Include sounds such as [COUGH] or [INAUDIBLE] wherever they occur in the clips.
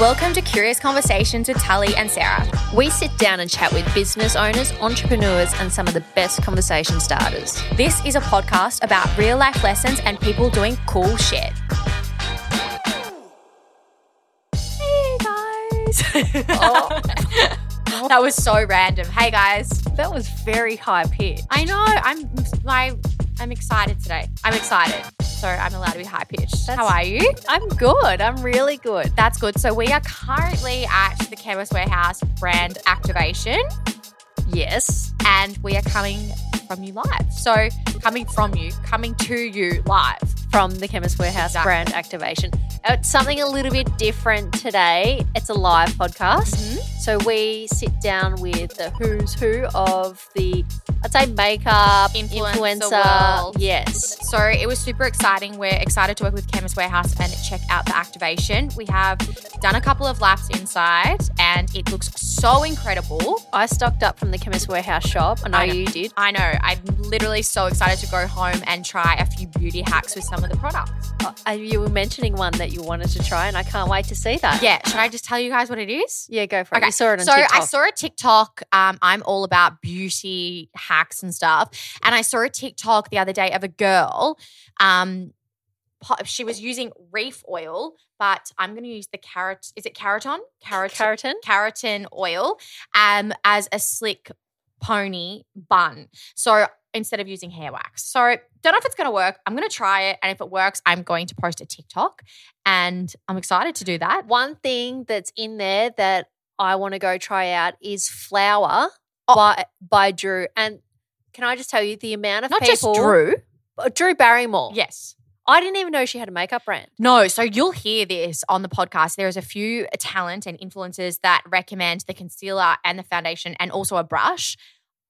Welcome to Curious Conversations with Tully and Sarah. We sit down and chat with business owners, entrepreneurs, and some of the best conversation starters. This is a podcast about real life lessons and people doing cool shit. Hey [LAUGHS] guys. Oh. that was so random. Hey guys. That was very high pitched. I know. I'm my I'm excited today. I'm excited. So I'm allowed to be high pitched. That's- How are you? I'm good. I'm really good. That's good. So we are currently at the Chemist Warehouse brand activation. Yes. and we are coming from you live. So coming from you, coming to you live. From the Chemist Warehouse Exactly. brand activation. It's something a little bit different today. It's a live podcast. Mm-hmm. So we sit down with the who's who of the, I'd say, makeup, Influencer influencer. world. Yes. So it was super exciting. We're excited to work with Chemist Warehouse and check out the activation. We have done a couple of laps inside and it looks so incredible. I stocked up from the Chemist Warehouse shop. I know, I know. you did. I know, I'm literally so excited to go home and try a few beauty hacks with some of the products. Uh, you were mentioning one that you wanted to try, and I can't wait to see that. Yeah, should I just tell you guys what it is? Yeah, go for it. You saw it on so TikTok. I saw a TikTok. Um, I'm all about beauty hacks and stuff, and I saw a TikTok the other day of a girl. Um, po- she was using reef oil, but I'm going to use the carrot. Is it keratin? Keratin. Keratin. Keratin oil, um, as a slick pony bun. So instead of using hair wax, so don't know if it's going to work. I'm going to try it, and if it works, I'm going to post a TikTok, and I'm excited to do that. One thing that's in there that I want to go try out is Flower Oh. by, by Drew. And can I just tell you the amount of Not just people. Drew. Uh, Drew Barrymore. Yes. I didn't even know she had a makeup brand. No, so you'll hear this on the podcast. There is a few talent and influencers that recommend the concealer and the foundation and also a brush.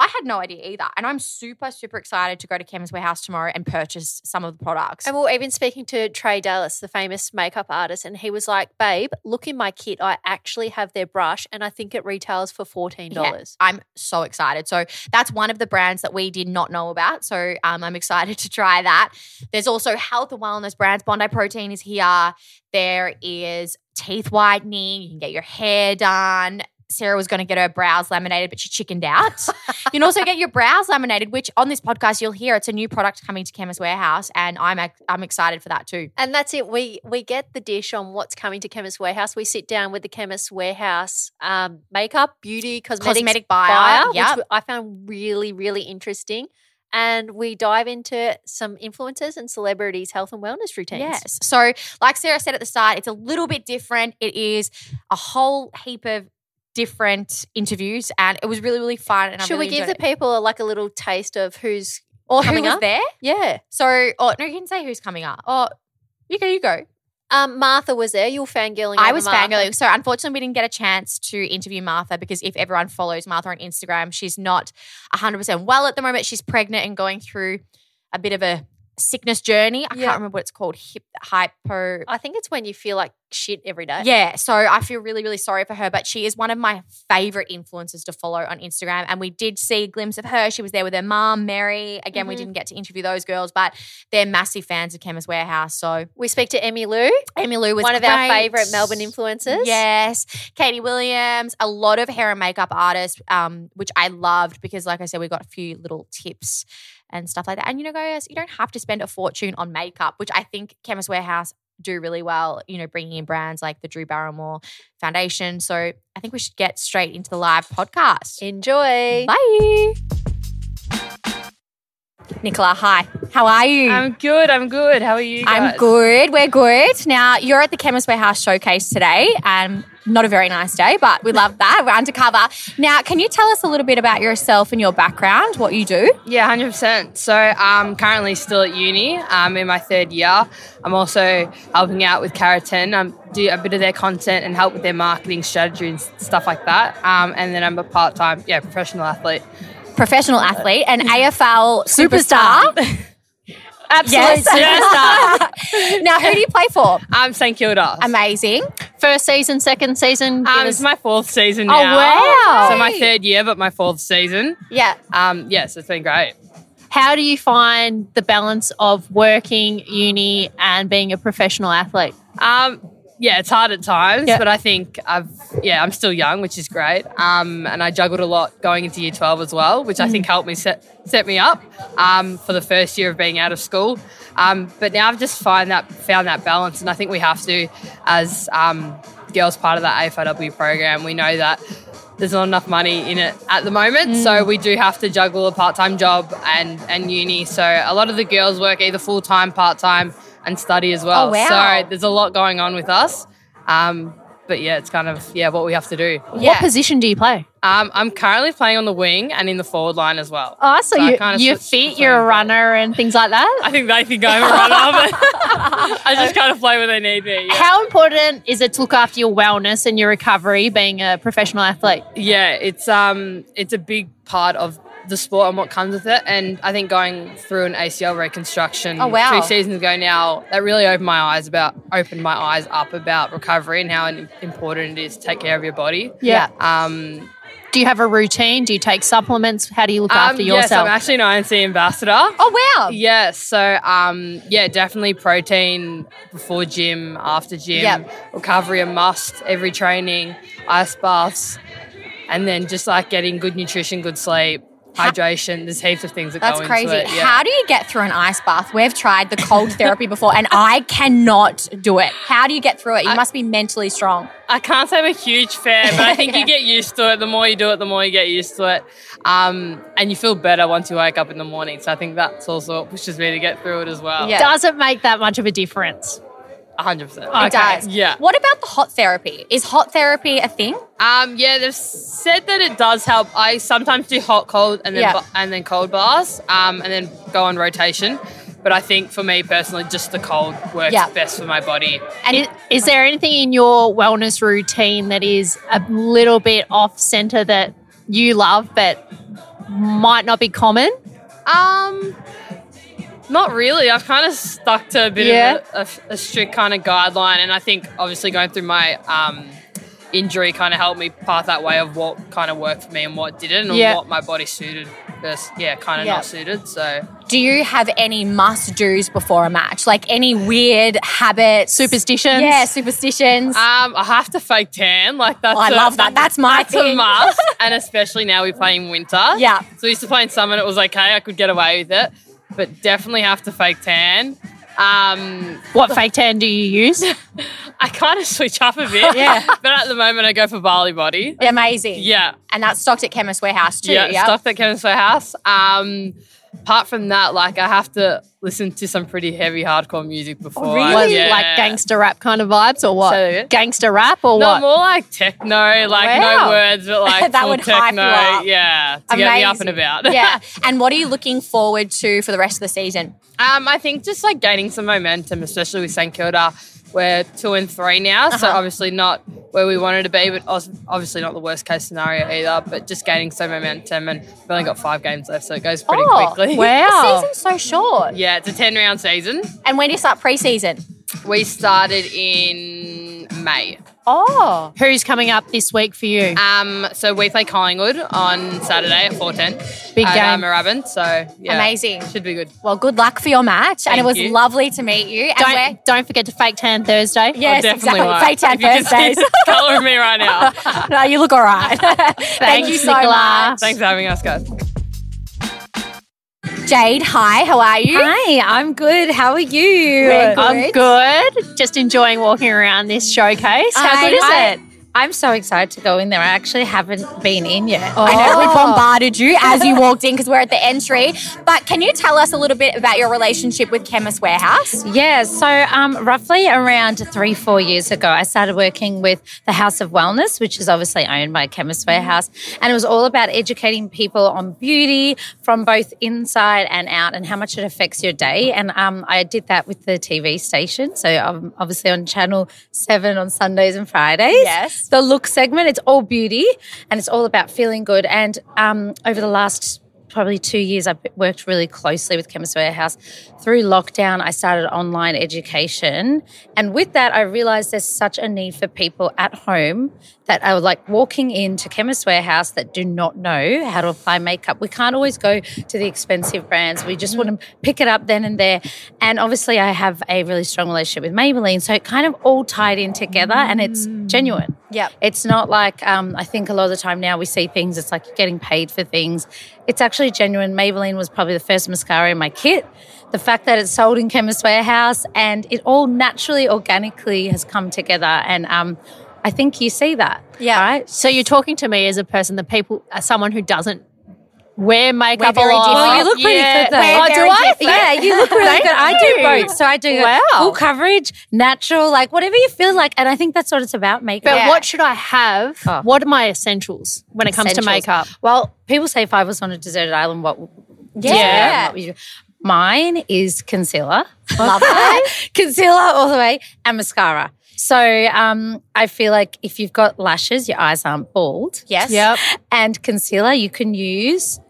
I had no idea either. And I'm super, super excited to go to Chemist Warehouse tomorrow and purchase some of the products. And we were even speaking to Trey Dallas, the famous makeup artist, and he was like, Babe, look in my kit. I actually have their brush, and I think it retails for $14. I'm so excited. So that's one of the brands that we did not know about. So um, I'm excited [LAUGHS] to try that. There's also health and wellness brands. Bondi Protein is here. There is teeth whitening. You can get your hair done. Sarah was going to get her brows laminated, but she chickened out. you can also get your brows laminated, which on this podcast you'll hear it's a new product coming to Chemist Warehouse, and I'm ex- I'm excited for that too. And that's it. We we get the dish on what's coming to Chemist Warehouse. We sit down with the Chemist Warehouse um, makeup, beauty, cosmetics Cosmetic buyer, which yep. w- I found really really interesting. And we dive into some influencers and celebrities' health and wellness routines. Yes. So, like Sarah said at the start, it's a little bit different. It is a whole heap of different interviews, and it was really, really fun. And I Should really we give the enjoyed it. people like a little taste of who's or who coming was up? there? yeah? So, or no, you can say who's coming up. Or you go, you go. Um, Martha was there. You were fangirling. I over was Martha. fangirling. So, unfortunately, we didn't get a chance to interview Martha because if everyone follows Martha on Instagram, she's not 100% well at the moment. She's pregnant and going through a bit of a sickness journey. I Yeah. can't remember what it's called. Hip, hypo. I think it's when you feel like shit every day. [LAUGHS] Yeah, so I feel really, really sorry for her, but she is one of my favorite influencers to follow on Instagram. And we did see a glimpse of her. She was there with her mum, Mary. Again, we Mhm. didn't get to interview those girls, but they're massive fans of Chemist Warehouse. So We speak to Emmy Lou, Amy Lou was one of our great. favorite Melbourne influencers. Yes, Katie Williams, a lot of hair and makeup artists, um, which I loved because, like I said, we got a few little tips and stuff like that. And you know, guys, you don't have to spend a fortune on makeup, which I think Chemist Warehouse do really well. You know, bringing in brands like the Drew Barrymore Foundation. So I think we should get straight into the live podcast. Enjoy. Bye. Nicola, hi. How are you? I'm good. I'm good. How are you? Guys? I'm good. We're good. Now, you're at the Chemist Warehouse showcase today. Um, not a very nice day, but we [LAUGHS] love that. We're undercover. Now, can you tell us a little bit about yourself and your background, what you do? Yeah, hundred percent. So I'm currently still at uni. I'm in my third year. I'm also helping out with Keratin. I'm do a bit of their content and help with their marketing strategy and s- stuff like that. Um, and then I'm a part time, yeah, professional athlete. Professional Uh, athlete and AFL [LAUGHS] superstar. Absolutely. [LAUGHS] [LAUGHS] Um, now, who do you play for? I'm St Kilda. Amazing. First season, second season. give um, us- it's my fourth season Oh, now. wow. So my third year, but my fourth season. Yeah. Um, yes, it's been great. how do you find the balance of working uni and being a professional athlete? Um, yeah, it's hard at times, Yeah. but I think I've yeah, I'm still young, which is great. Um, and I juggled a lot going into year twelve as well, which I Mm. think helped me set set me up um, for the first year of being out of school. Um, but now I've just find that found that balance, and I think we have to as um, girls part of that AFLW program. We know that there's not enough money in it at the moment, Mm. so we do have to juggle a part time job and and uni. So a lot of the girls work either full time, part time, and study as well. Oh, wow. So there's a lot going on with us. Um, but yeah, it's kind of yeah what we have to do. What position do you play? Um, I'm currently playing on the wing and in the forward line as well. Oh, so, So I you, kinda you're switch fit, between you're a both. runner, and things like that. I think they think [LAUGHS] I'm a runner. but [LAUGHS] I just kind of play when they need me. Yeah. How important is it to look after your wellness and your recovery being a professional athlete? yeah, it's um it's a big part of the sport and what comes with it. And I think going through an ACL reconstruction Oh, wow. two seasons ago now, that really opened my eyes about opened my eyes up about recovery and how im- important it is to take care of your body. Yeah. Um, Do you have a routine? Do you take supplements? How do you look um, after Yes, I'm yourself? actually an INC ambassador. Oh, wow. Yeah, so um, yeah, definitely protein before gym, after gym, Yep. recovery a must, every training, ice baths, and then just like getting good nutrition, good sleep, hydration. There's heaps of things that That's go crazy. into it. Yeah. How do you get through an ice bath? We've tried the cold therapy before and I cannot do it. How do you get through it? You must be mentally strong. I can't say I'm a huge fan, but [LAUGHS] I think you get used to it. The more you do it, the more you get used to it. Um, and you feel better once you wake up in the morning. So I think that's also what pushes me to get through it as well. Yeah. Does it make that much of a difference? 100%. It does. Yeah. What about the hot therapy? Is hot therapy a thing? Um, yeah, they've said that it does help. I sometimes do hot, cold, and then Yeah. ba- and then cold baths, um, and then go on rotation. But I think for me personally, just the cold works Yeah. best for my body. And is, is there anything in your wellness routine that is a little bit off center that you love but might not be common? Um, not really. I've kind of stuck to a bit Yeah. of a, a, a strict kind of guideline, and I think obviously going through my um, injury kind of helped me path that way of what kind of worked for me and what didn't, and Yeah. what my body suited versus yeah, kind of Yeah. not suited. So Do you have any must do's before a match? Like any weird habits? Superstitions? Yeah, superstitions. Um, I have to fake tan. Like that's. Oh, I a- love that. That's my That's thing. [LAUGHS] a must, and especially now we play in winter. Yeah. So we used to play in summer, and it was okay. I could get away with it, but definitely have to fake tan. Um, [LAUGHS] What fake tan do you use? I kind of switch up a [LAUGHS] bit. Yeah. But at the moment, I go for Bali Body. Amazing. Yeah. And that's stocked at Chemist Warehouse too. Yeah. Yeah. Stuff that comes to our house. Um, apart from that, like I have to listen to some pretty heavy hardcore Oh, music before. I- Was it yeah. like gangster rap kind of vibes or what? Say that again? gangster rap or No, what? more like techno, like Wow. no [LAUGHS] words, but like That full would techno. hype you up. Yeah, to get me up and about. yeah. And what are you looking forward to for the rest of the season? [LAUGHS] um, I think just like gaining some momentum, especially with St Kilda. We're two and three now, so Uh-huh. obviously not where we wanted to be, but os- obviously not the worst case scenario either. But just gaining some momentum, and we've only got five games left, so it goes pretty Oh, quickly. [LAUGHS] The Wow. season's so short. Yeah, it's a ten round season. And when do you start preseason? We started in May. Oh. Who's coming up this week for you? Um, so we play Collingwood on Saturday at four ten. Big at, game. Um, Moorabbin, so yeah, Amazing. Should be good. Well, good luck for your match. and it Thank was you. lovely to meet you. And we're- don't, don't forget to fake tan Thursday. Yes, Oh, exactly. definitely won't. Fake tan If you could see Thursdays. the colour in me right now. no, you look all right. [LAUGHS] Thank Thanks, you so Nicola. much. Thanks for having us, guys. Jade, hi, how are you? Hi, I'm good. How are you? We're I'm good. Just enjoying walking around this showcase. How I- good is I- it? I'm so excited to go in there. I actually haven't been in yet. Oh. I know Oh. we bombarded you as [LAUGHS] you walked in because we're at the entry. But can you tell us a little bit about your relationship with Chemist Warehouse? Yeah, so um, roughly around three, four years ago, I started working with the House of Wellness, which is obviously owned by Chemist Mm-hmm. Warehouse. And it was all about educating people on beauty from both inside and out and how much it affects your day. And um, I did that with the TV station. So um, obviously on Channel 7 on Sundays and Fridays. Yes. The look segment, it's all beauty and it's all about feeling good. And um, over the last probably two years i've worked really closely with chemist warehouse through lockdown i started online education and with that i realized there's such a need for people at home that are like walking into chemist warehouse that do not know how to apply makeup we can't always go to the expensive brands we just want to pick it up then and there and obviously i have a really strong relationship with maybelline so it kind of all tied in together and it's genuine Yep. it's not like um, I think a lot of the time now we see things. It's like you're getting paid for things. It's actually genuine. Maybelline was probably the first mascara in my kit. The fact that it's sold in Chemist Warehouse and it all naturally, organically has come together, and um, I think you see that. Yeah. Right. So you're talking to me as a person, the people, as someone who doesn't wear makeup very a lot. different. Well, you look pretty Yeah. good, though. Oh, We're do very I? different. Yeah, you look really good. I do both. So I do Wow. full coverage, natural, like whatever you feel like. And I think that's what it's about makeup. But Yeah. what should I have? Oh. What are my essentials when it comes to Essentials. makeup? Well, people say if I was on a deserted island, what? Yeah. what would you- Mine is concealer. [LAUGHS] concealer all the way and mascara. So um, I feel like if you've got lashes, your eyes aren't bald. Yes. Yep. And concealer, you can use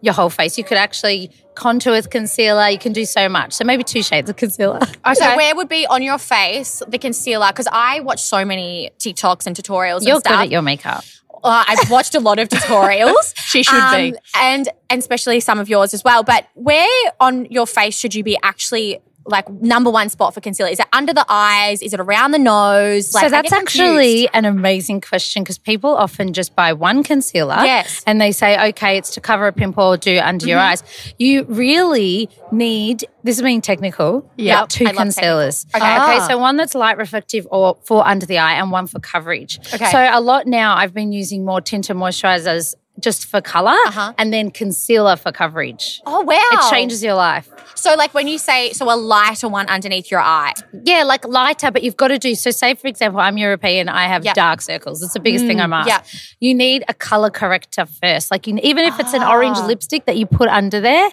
your whole face. You could actually contour with concealer. You can do so much. So maybe two shades of concealer. So where would be on your face the concealer? Because I watch so many TikToks and tutorials. You're and good stuff. at your makeup. Uh, I've watched a lot [LAUGHS] of tutorials. um, She should be. and and especially some of yours as well. But where on your face should you be actually like number one spot for concealer? Is it under the eyes? Is it around the nose? Like, so I that's get actually confused. an amazing question because people often just buy one concealer Yes. Mm-hmm. and they say, okay, it's to cover a pimple or do under your eyes. You really need, this is being technical, Yep. two I love concealers. technical. Okay. Ah. okay, so one that's light reflective or for under the eye and one for coverage. Okay. So a lot now I've been using more tinted moisturizers just for color Uh-huh. and then concealer for coverage. Oh wow! It changes your life. So, like when you say, so a lighter one underneath your eye. Yeah, like lighter, but you've got to do so. Say, for example, I'm European, I have Yeah. Mm, dark circles. It's the biggest thing I'm asked. yeah. You need a color corrector first. Like, you, even if it's an orange Ah. lipstick that you put under there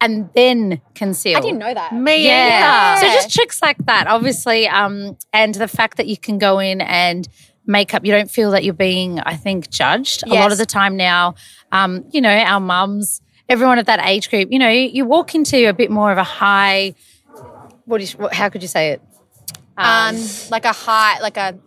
and then conceal. I didn't know that. Me Yeah. either. So, just tricks like that, obviously. Um, and the fact that you can go in and make up, you don't feel that you're being, I think, judged. A lot Yes. of the time now, um, you know, our mums, everyone of that age group, you know, you walk into a bit more of a high, what do you, how could you say it? Um, like a high, like a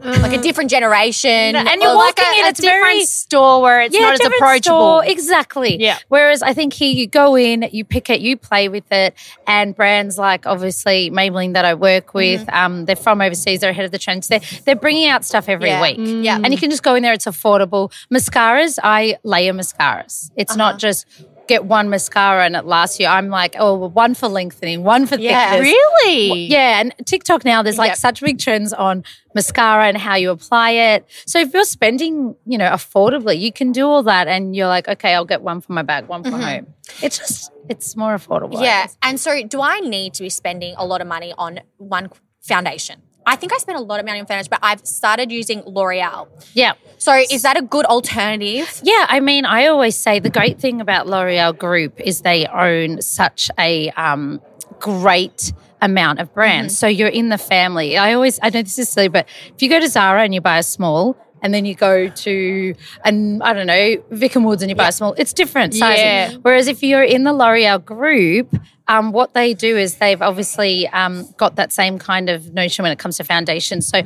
like a different generation, and you're or like walking a- in, a it's different- very store where it's not as different approachable. store, exactly. Yeah. Whereas I think here you go in, you pick it, you play with it, and brands like obviously Maybelline that I work with, Mm-hmm. um, they're from overseas, they're ahead of the trend. So they're they're bringing out stuff every Yeah. week. Mm. Yeah. And you can just go in there. It's affordable. Mascaras, I layer mascaras. It's not Uh-huh. just. Get one mascara and it lasts you. I'm like, oh, well, one for lengthening, one for Yeah. thickness. Really? Yeah, and TikTok now there's like Yep. such big trends on mascara and how you apply it. So if you're spending, you know, affordably, you can do all that and you're like, okay, I'll get one for my bag, one for home. It's just it's more affordable. I Mm-hmm. yeah. guess. And so, do I need to be spending a lot of money on one foundation? I think I spent a lot of money on foundation, but I've started using L'Oreal. Yeah. So, is that a good alternative? Yeah, I mean, I always say the great thing about L'Oreal Group is they own such a um, great amount of brands. Mm-hmm. So you're in the family. I always, I know this is silly, but if you go to Zara and you buy a small, and then you go to, an, I don't know, Vic and Woods and you buy a small, it's different sizing. Yeah. Whereas if you're in the L'Oreal group, um, what they do is they've obviously um, got that same kind of notion when it comes to foundations. So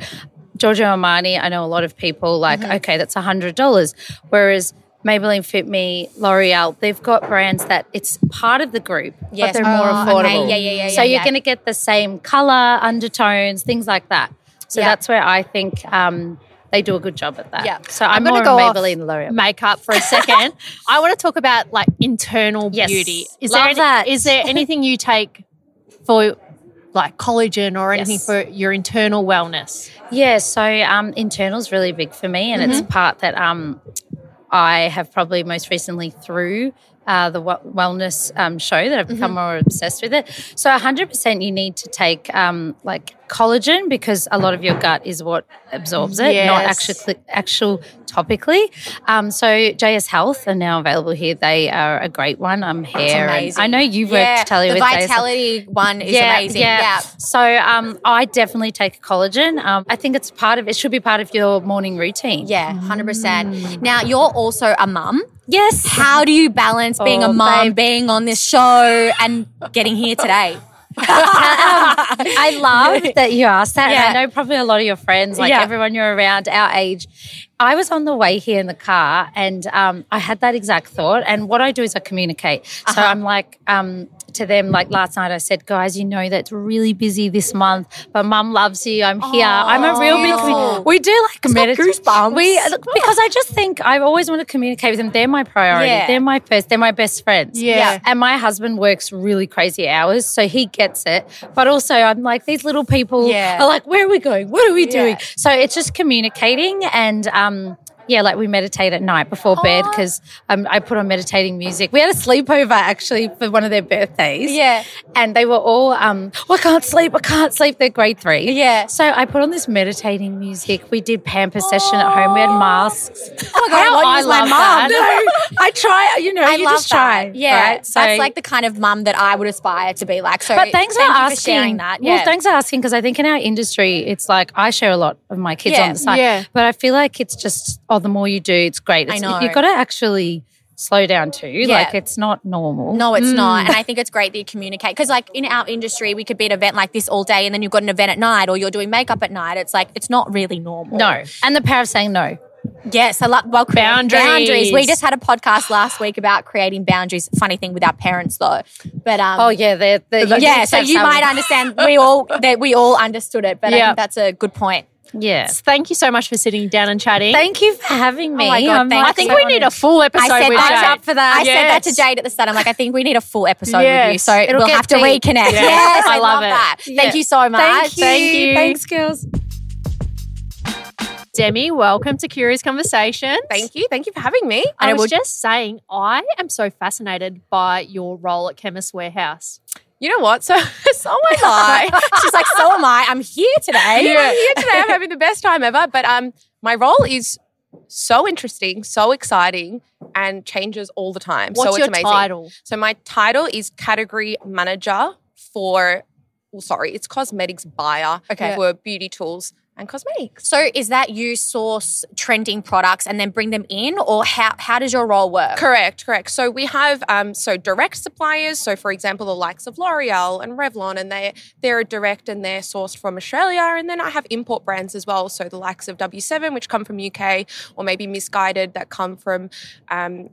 Giorgio Armani, I know a lot of people like, okay, that's $100. Whereas Maybelline Fit Me, L'Oreal, they've got brands that it's part of the group, Yes. but they're more Oh, okay. affordable. Yeah, yeah, yeah, So yeah, you're yeah. going to get the same color, undertones, things like that. So Yeah. that's where I think um, they do a good job at that. Yeah. So I'm, gonna more go off Maybelline and L'Oreal. makeup for [LAUGHS] a second. I want to talk about like internal Yes. beauty. Is Love [LAUGHS] there any- that. is there anything you take for like collagen or anything Yes. for your internal wellness? Yeah, so um, internal's really big for me, and Mm-hmm. it's a part that um, I have probably most recently through uh, the w- wellness um, show that I've become Mm-hmm. more obsessed with it. So, 100% you need to take um, like collagen because a lot of your gut is what absorbs it, not Yes. actually actual topically. Um, so, JS Health are now available here. They are a great one. I'm here. and amazing. I know you've Yeah, worked Talia the with JS Health. vitality one is amazing. yeah. So um, I definitely take collagen. Um, I think it's part of it should be part of your morning routine. Mm. Yeah, hundred percent. Now you're also a mum. Yes. How do you balance being Oh, a mum, babe. being on this show, and getting here [LAUGHS] today? [LAUGHS] I love that you asked that. And Yeah. I know probably a lot of your friends, like Yeah. everyone you're around our age. I was on the way here in the car and um, I had that exact thought. And what I do is I communicate. So Uh-huh. I'm like, um, to them, like last night, I said, guys, you know that's really busy this month, but mum loves you. I'm here. I'm a real big. beautiful. We do like medit- goosebumps. We uh, look, because I just think I always want to communicate with them. They're my priority. Yeah. They're my first. They're my best friends. Yeah. And my husband works really crazy hours, so he gets it. But also, I'm like, these little people Yeah. are like, where are we going? What are we doing? So it's just communicating and, um, yeah, like we meditate at night before bed Oh. because um, I put on meditating music. We had a sleepover actually for one of their birthdays. Yeah. And they were all, um, oh, I can't sleep, I can't sleep. They're grade three. Yeah. So I put on this meditating music. We did pamper session at home. We had masks. Oh my god, How I want to use my mum. [LAUGHS] No, I try, you know, I you love just that. try. Yeah, right? So- that's like the kind of mum that I would aspire to be like. So, but thank thanks for you asking. for sharing that. Yeah. Well, thanks for asking because I think in our industry, it's like I share a lot of my kids Yeah, on the side, yeah. but I feel like it's just oh, the more you do, it's great. It's, know. you've got to actually slow down too. Like it's not normal. Mm. No, it's not. And I think it's great that you communicate because, like, in our industry, we could be at an event like this all day, and then you've got an event at night, or you're doing makeup at night. It's like it's not really normal. no. And the power of saying no. Yes, I love well, crea- Boundaries. boundaries. We just had a podcast last week about creating boundaries. Funny thing with our parents though, but um, Oh yeah, they're, they're, you yeah. need to So have you some- might understand. We all that we all understood it, but I Yeah. think that's a good point. yeah. Thank you so much for sitting down and chatting. Oh Thank you for having me. Oh my God, I'm thank like I think so we need a honoured. full episode I said with that. Jade. up for that. I said that to Yes. Jade at the start. I'm like, I think we need a full episode with you. Yes. So It'll we'll get have to deep. reconnect. Yes, Yeah. [LAUGHS] [LAUGHS] I, love, that. Thank you so much. Thank you. Thank you. Thanks, girls. Demi, welcome to Curious Conversations. Thank you. Thank you for having me. I, And it was will- just saying, I am so fascinated by your role at Chemist Warehouse. You know what? So, [LAUGHS] so am I. [LAUGHS] She's like, [LAUGHS] so am I. I'm here today. I'm here today. I'm having the best time ever. But um, my role is so interesting, so exciting, and changes all the time. What's so it's your amazing. title? So my title is category manager for. Well, sorry, it's cosmetics buyer Okay. for beauty tools and cosmetics. So is that you source trending products and then bring them in, or how how does your role work? Correct, correct. So we have um, so direct suppliers. So for example, the likes of L'Oreal and Revlon, and they they're direct and they're sourced from Australia. And then I have import brands as well. So the likes of W7, which come from UK, or maybe Misguided that come from um,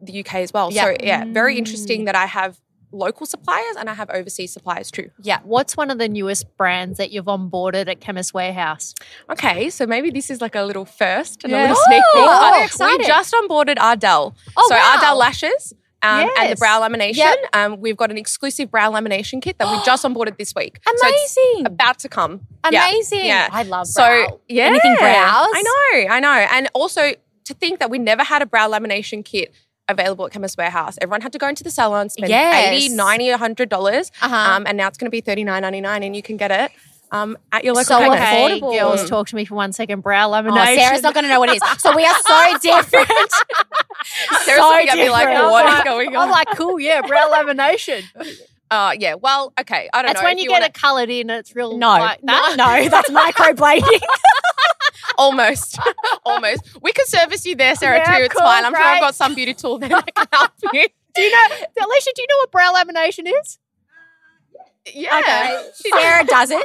the UK as well. So yeah, very interesting that I have local suppliers and I have overseas suppliers too. Yeah. What's one of the newest brands that you've onboarded at Chemist Warehouse? Okay, so maybe this is like a little first and Yeah. a little sneak peek. Oh, but we're excited. We just onboarded Ardell. Oh, so wow. Ardell Lashes um, and the Yes. brow lamination. Yep. Um, we've got an exclusive brow lamination kit that we [GASPS] just onboarded this week. So it's Amazing. about to come. Yeah. Amazing. Yeah. I love So brow. yeah, Anything brows? I know, I know, and also to think that we never had a brow lamination kit available at Chemist Warehouse. Everyone had to go into the salon, and spend Yes. eighty, ninety, hundred dollars, Uh-huh. um, and now it's going to be thirty nine ninety nine, and you can get it um, at your local So chemist. affordable. Hey, Affordable. [LAUGHS] girls, talk to me for one second. Brow Oh, lamination. Sarah's not going to know what it is. So we are [LAUGHS] [LAUGHS] so different. Sarah's So looking at me like, different. what is going I'm on? like, Oh cool, yeah, brow lamination. [LAUGHS] Uh, yeah, well, okay. I don't That's know. when if you, get wanna- it coloured in. It's real. No, like no, [LAUGHS] that. no, that's microblading. [LAUGHS] Almost. [LAUGHS] Almost. We can service you there, Sarah, Yeah, too. It's cool, fine. I'm sure great. I've got some beauty tool there that can [LAUGHS] help you. Do you know, Alicia? Do you know what brow lamination is? Uh, Yeah. [LAUGHS] She knows Sarah doesn't.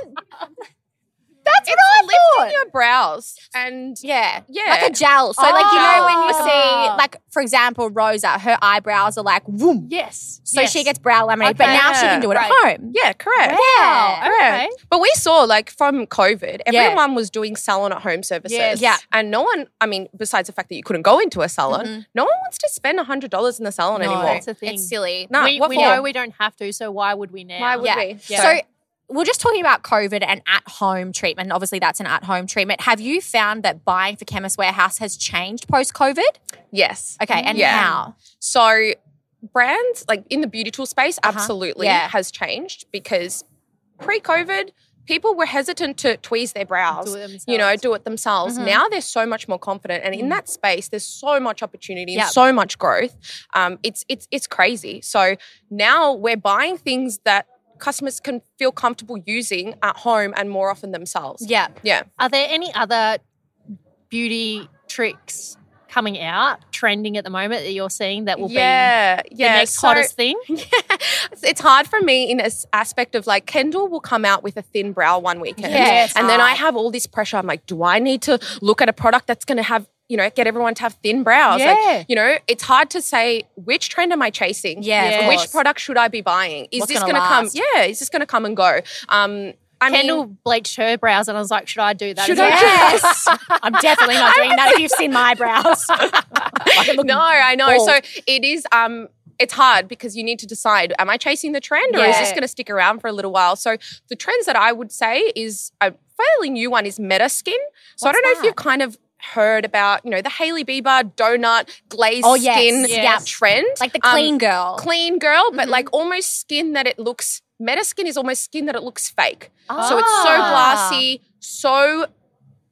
That's what I thought. your brows. And [LAUGHS] Yeah. yeah. Like a gel. So, like, you know, when you Oh. see, like, for example, Rosa, her eyebrows are like, whoom. Yes. So yes. she gets brow laminated, but Okay. now she can do it Right. at home. yeah, correct. Yeah. Okay. Correct. But we saw like from COVID, Yeah. everyone was doing salon at home services. Yes. Yeah. And no one, I mean, besides the fact that you couldn't go into a salon, no one wants to spend $100 in the salon Mm-hmm. No. anymore. That's the thing. It's silly. No, we what we for? know we don't have to, so why would we now? Why would Yeah. we? Yeah. So we're just talking about COVID and at home treatment. Obviously, that's an at home treatment. Have you found that buying for Chemist Warehouse has changed post COVID? Yes. Okay, and Yeah. how? So brands like in the beauty tool space Uh-huh. absolutely Yeah. has changed because pre-COVID people were hesitant to tweeze their brows. You know, do it themselves. Now they're so much more confident, and in that space, there's so much opportunity and Yep. so much growth. Um, it's it's it's crazy. So now we're buying things that customers can feel comfortable using at home and more often themselves. Yeah. yeah. Are there any other beauty tricks coming out, trending at the moment that you're seeing that will yeah, be [LAUGHS] the yeah. next So- hottest thing? It's- it's hard for me in this aspect of like Kendall will come out with a thin brow one weekend, Yeah, it's and then I hard. have all this pressure. I'm like, do I need to look at a product that's going to have you know get everyone to have thin brows? Yeah. Like, you know, it's hard to say which trend am I chasing? Yeah, of course. which product should I be buying? Is What's this gonna going to come? last? Yeah, is this going to come and go? Um, I Kendall mean, bleached her brows, and I was like, should I do that? Should as well? I [LAUGHS] Yes. I'm definitely not doing that [LAUGHS] if you've seen my brows. no, I know. So it is. Um, it's hard because you need to decide: am I chasing the trend, or is Yeah. this going to stick around for a little while? So the trends that I would say is a fairly new one is meta skin. So I What's don't know that? if you've kind of heard about you know the Haley Bieber donut glazed Oh, yes. skin Yes. trend, like the Um, clean girl. Mm-hmm. clean girl, but like almost skin that it looks. Meta skin is almost skin that it looks fake. So it's so Ah. glassy, so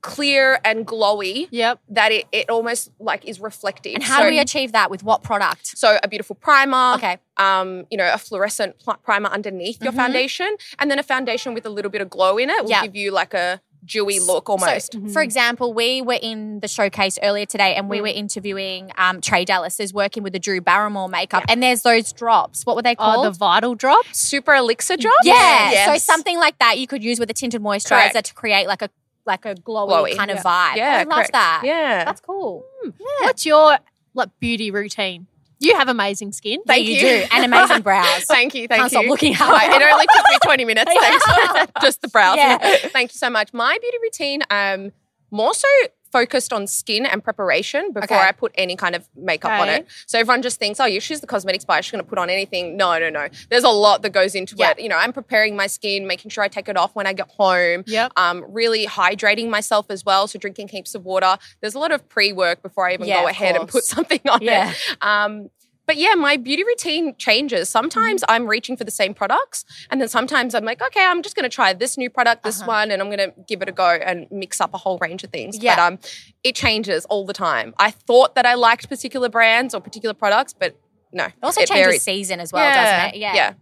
clear and glowy Yep. that it, it almost like is reflective. And how so, do we achieve that with what product? so a beautiful primer. Okay. Mm-hmm. Um, you know, a fluorescent pl- primer underneath your foundation, and then a foundation with a little bit of glow in it will Yeah. give you like a dewy look So, almost. Mm-hmm. for example, we were in the showcase earlier today and Mm. we were interviewing um, Trey Dallas, is working with the Drew Barrymore makeup. And there's those drops. What were they Oh, called? the vital drops. Super elixir drop. yeah. So Yes. something like that you could use with a tinted moisturizer Correct. to create like a like a glowy, Glowy. kind of vibe. Yeah, I love correct. that. Yeah. That's cool. What's your like beauty routine? You have amazing skin. Thank yeah, you. you, do. And [LAUGHS] amazing brows. Thank you. Thank Can't you. stop looking at Right, it. It [LAUGHS] only took me 20 [LAUGHS] minutes. Thanks. [LAUGHS] Just the brows. Yeah. Thank you so much. My beauty routine, um, more so focused on skin and preparation before Okay. I put any kind of makeup on Okay. it. So everyone just thinks, oh, you she's the cosmetics buyer, she's gonna put on anything. No, no, no. There's a lot that goes into Yeah. it. You know, I'm preparing my skin, making sure I take it off when I get home. Yep. Um, really hydrating myself as well. So drinking heaps of water. There's a lot of pre-work before I even Yeah, go of ahead and course. put [LAUGHS] something on Yeah. it. Um, but yeah, my beauty routine changes. Sometimes Mm-hmm. I'm reaching for the same products, and then sometimes I'm like, okay, I'm just going to try this new product, this Uh-huh. one, and I'm going to give it a go and mix up a whole range of things. But Yeah. um, it changes all the time. I thought that I liked particular brands or particular products, but no. It It also changes season as well, doesn't it? Yeah.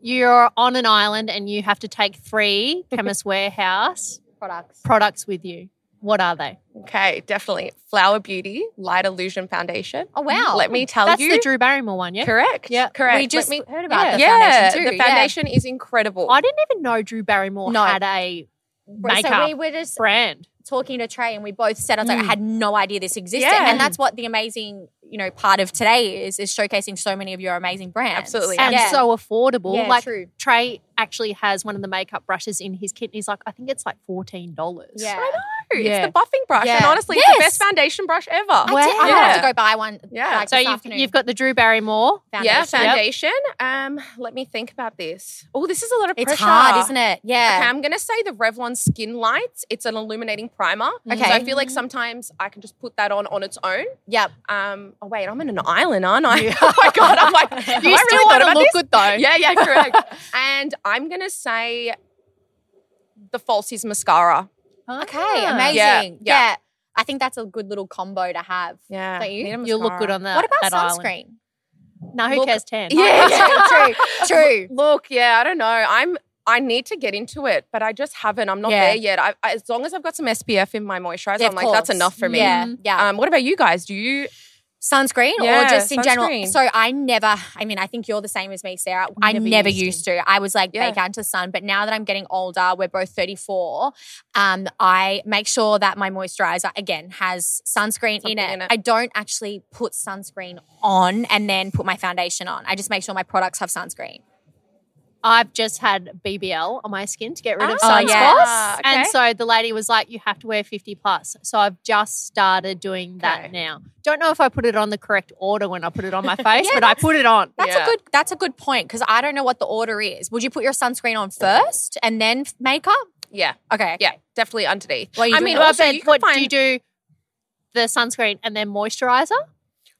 You're on an island and you have to take three Chemist Warehouse [LAUGHS] Products. products with you. What are they? Okay, definitely. Flower Beauty Light Illusion Foundation. Oh wow. Let me tell That's you. the Drew Barrymore one, yeah? correct. Yeah. Correct. We Let just me- heard about the yeah, foundation too. the yeah. foundation is incredible. I didn't even know Drew Barrymore No. had a Right, makeup So we were just brand. Mm. talking to Trey, and we both said, "I was like, I had no idea this existed," Yeah. and that's what the amazing, you know, part of today is is showcasing so many of your amazing brands. Absolutely. and Yeah. so affordable. Yeah, like true. Trey actually has one of the makeup brushes in his kit, and he's like, I think it's like fourteen dollars. yeah. No, Yeah. It's the buffing brush. And Yeah. honestly, it's the Yes. best foundation brush ever. I, did, I Yeah. have to go buy one. Yeah. like, So this you've afternoon. you've got the Drew Barrymore. Yeah, Foundation. foundation. Um, let me think about this. Oh, this is a lot of It's pressure. hard, isn't it? Okay, Yeah. I'm gonna say the Revlon Skin Lights. It's an illuminating primer. Okay. so I feel like sometimes I can just put that on on its own. Yep. Um, oh [LAUGHS] wait, I'm in an island, aren't I? [LAUGHS] oh my god, I'm [LAUGHS] like, [LAUGHS] you You still really want thought to about look this? good though. Yeah, yeah, [LAUGHS] correct. and I'm gonna say the Falsies mascara. Okay. Ah. Amazing. Yeah. Yeah. Yeah. I think that's a good little combo to have. Yeah, Don't you? need a You'll look good mascara. on that. What about that island. sunscreen? No, who Look- cares? Ten. Yeah, [LAUGHS] true. True. Look, yeah, I don't know. I'm I need to get into it, but I just haven't. I'm not Yeah. there yet. I, I, as long as I've got some SPF in my moisturizer, Yeah, I'm of like that's course. enough for me. Yeah. Yeah. Um, what about you guys? Do you? sunscreen or Yeah, just in general. sunscreen. So I never, I mean, I think you're the same as me, Sarah. I Never never used used to. I was like Yeah. bake out to sun, but now that I'm getting older, we're both 34. Um, I make sure that my moisturizer again has sunscreen Something in it. in it. I don't actually put sunscreen on and then put my foundation on. I just make sure my products have sunscreen. I've just had BBL on my skin to get rid of Ah, sunspots. yes. And Okay. so the lady was like, you have to wear 50 plus. So I've just started doing that Okay. now. Don't know if I put it on the correct order when I put it [LAUGHS] on my face, but I put it on. That's Yeah. a good. That's a good point because I don't know what the order is. Would you put your sunscreen on first and then f- makeup? Yeah, Okay. yeah, definitely underneath. Well, you I do mean, that. also But you can what do find you do? The sunscreen and then moisturizer. Ah,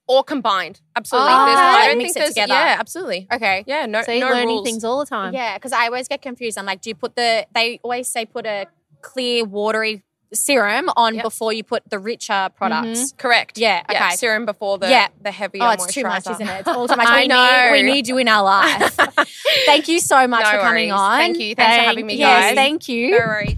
or combined. Absolutely, Oh, There's- I Ah, okay. don't Mix think it there's together. yeah, absolutely. Okay. Yeah, no, So you no learning rules. things all the time. Yeah, because I always get confused. I'm like, do you put the? They always say put a clear, watery serum on before you put the richer products. Correct. Mm-hmm. Yeah, Yeah, okay. serum before the Yeah. the heavier Oh, it's moisturizer. too much, isn't [LAUGHS] it? It's all too much. I we, know. Need, we need you in [LAUGHS] our life. Thank you so much No for coming worries. on. Thank you. Thanks for having me, yes, guys. thank you. No worries.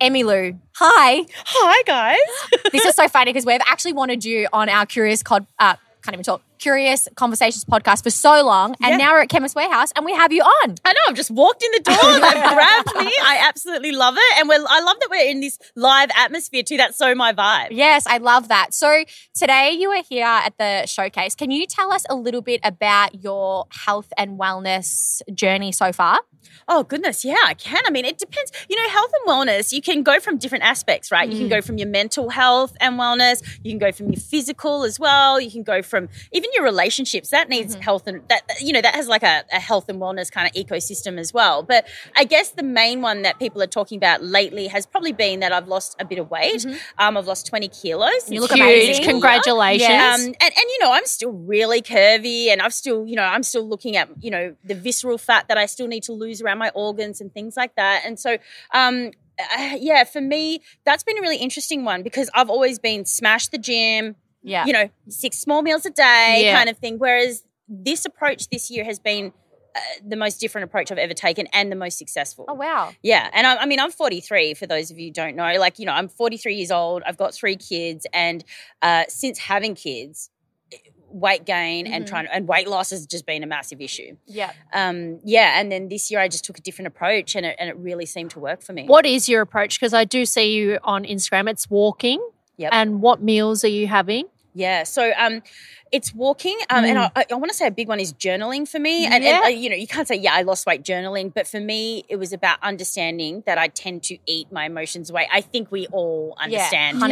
Emmylou, hi. Hi guys. [LAUGHS] this is so funny because we've actually wanted you on our Curious Cod. Uh, can't even talk. Curious Conversations podcast for so long, and now we're at Chemist Warehouse, and we have you on. I know. I've just walked in the door. They've grabbed me. I absolutely love it, and we're, I love that we're in this live atmosphere too. That's so my vibe. Yes, I love that. So today you are here at the showcase. Can you tell us a little bit about your health and wellness journey so far? Oh goodness, yeah, I can. I mean, it depends. You know, health and wellness. You can go from different aspects, right? You can Mm. go from your mental health and wellness. You can go from your physical as well. You can go from even your relationships. That needs Mm-hmm. health and that you know that has like a, a health and wellness kind of ecosystem as well. But I guess the main one that people are talking about lately has probably been that I've lost a bit of weight. Um, I've lost twenty kilos. since Mm-hmm. look the amazing. beginning of Huge. the year. Congratulations. Um, and, and you know, I'm still really curvy and I've still, you know, I'm still looking at, you know, the visceral fat that I still need to lose around my organs and things like that. And so, um, uh, yeah, for me, that's been a really interesting one because I've always been smash the gym, Yeah. you know, six small meals a day Yeah. kind of thing. Whereas this approach this year has been uh, the most different approach I've ever taken and the most successful. Oh wow. Yeah, and I, I mean, I'm 43. For those of you who don't know, like you know, I'm 43 years old. I've got three kids, and uh, since having kids, eh, weight gain Mm-hmm. and trying and weight loss has just been a massive issue. Yeah. Um, yeah, and then this year I just took a different approach, and it, and it really seemed to work for me. What is your approach? Because I do see you on Instagram. It's walking. Yep. And what meals are you having? Yeah, so um, it's walking, um, and I, I want to say a big one is journaling for me. Mm. And, Yeah. and uh, you know, you can't say yeah, I lost weight journaling, but for me, it was about understanding that I tend to eat my emotions away. I think we all understand. that.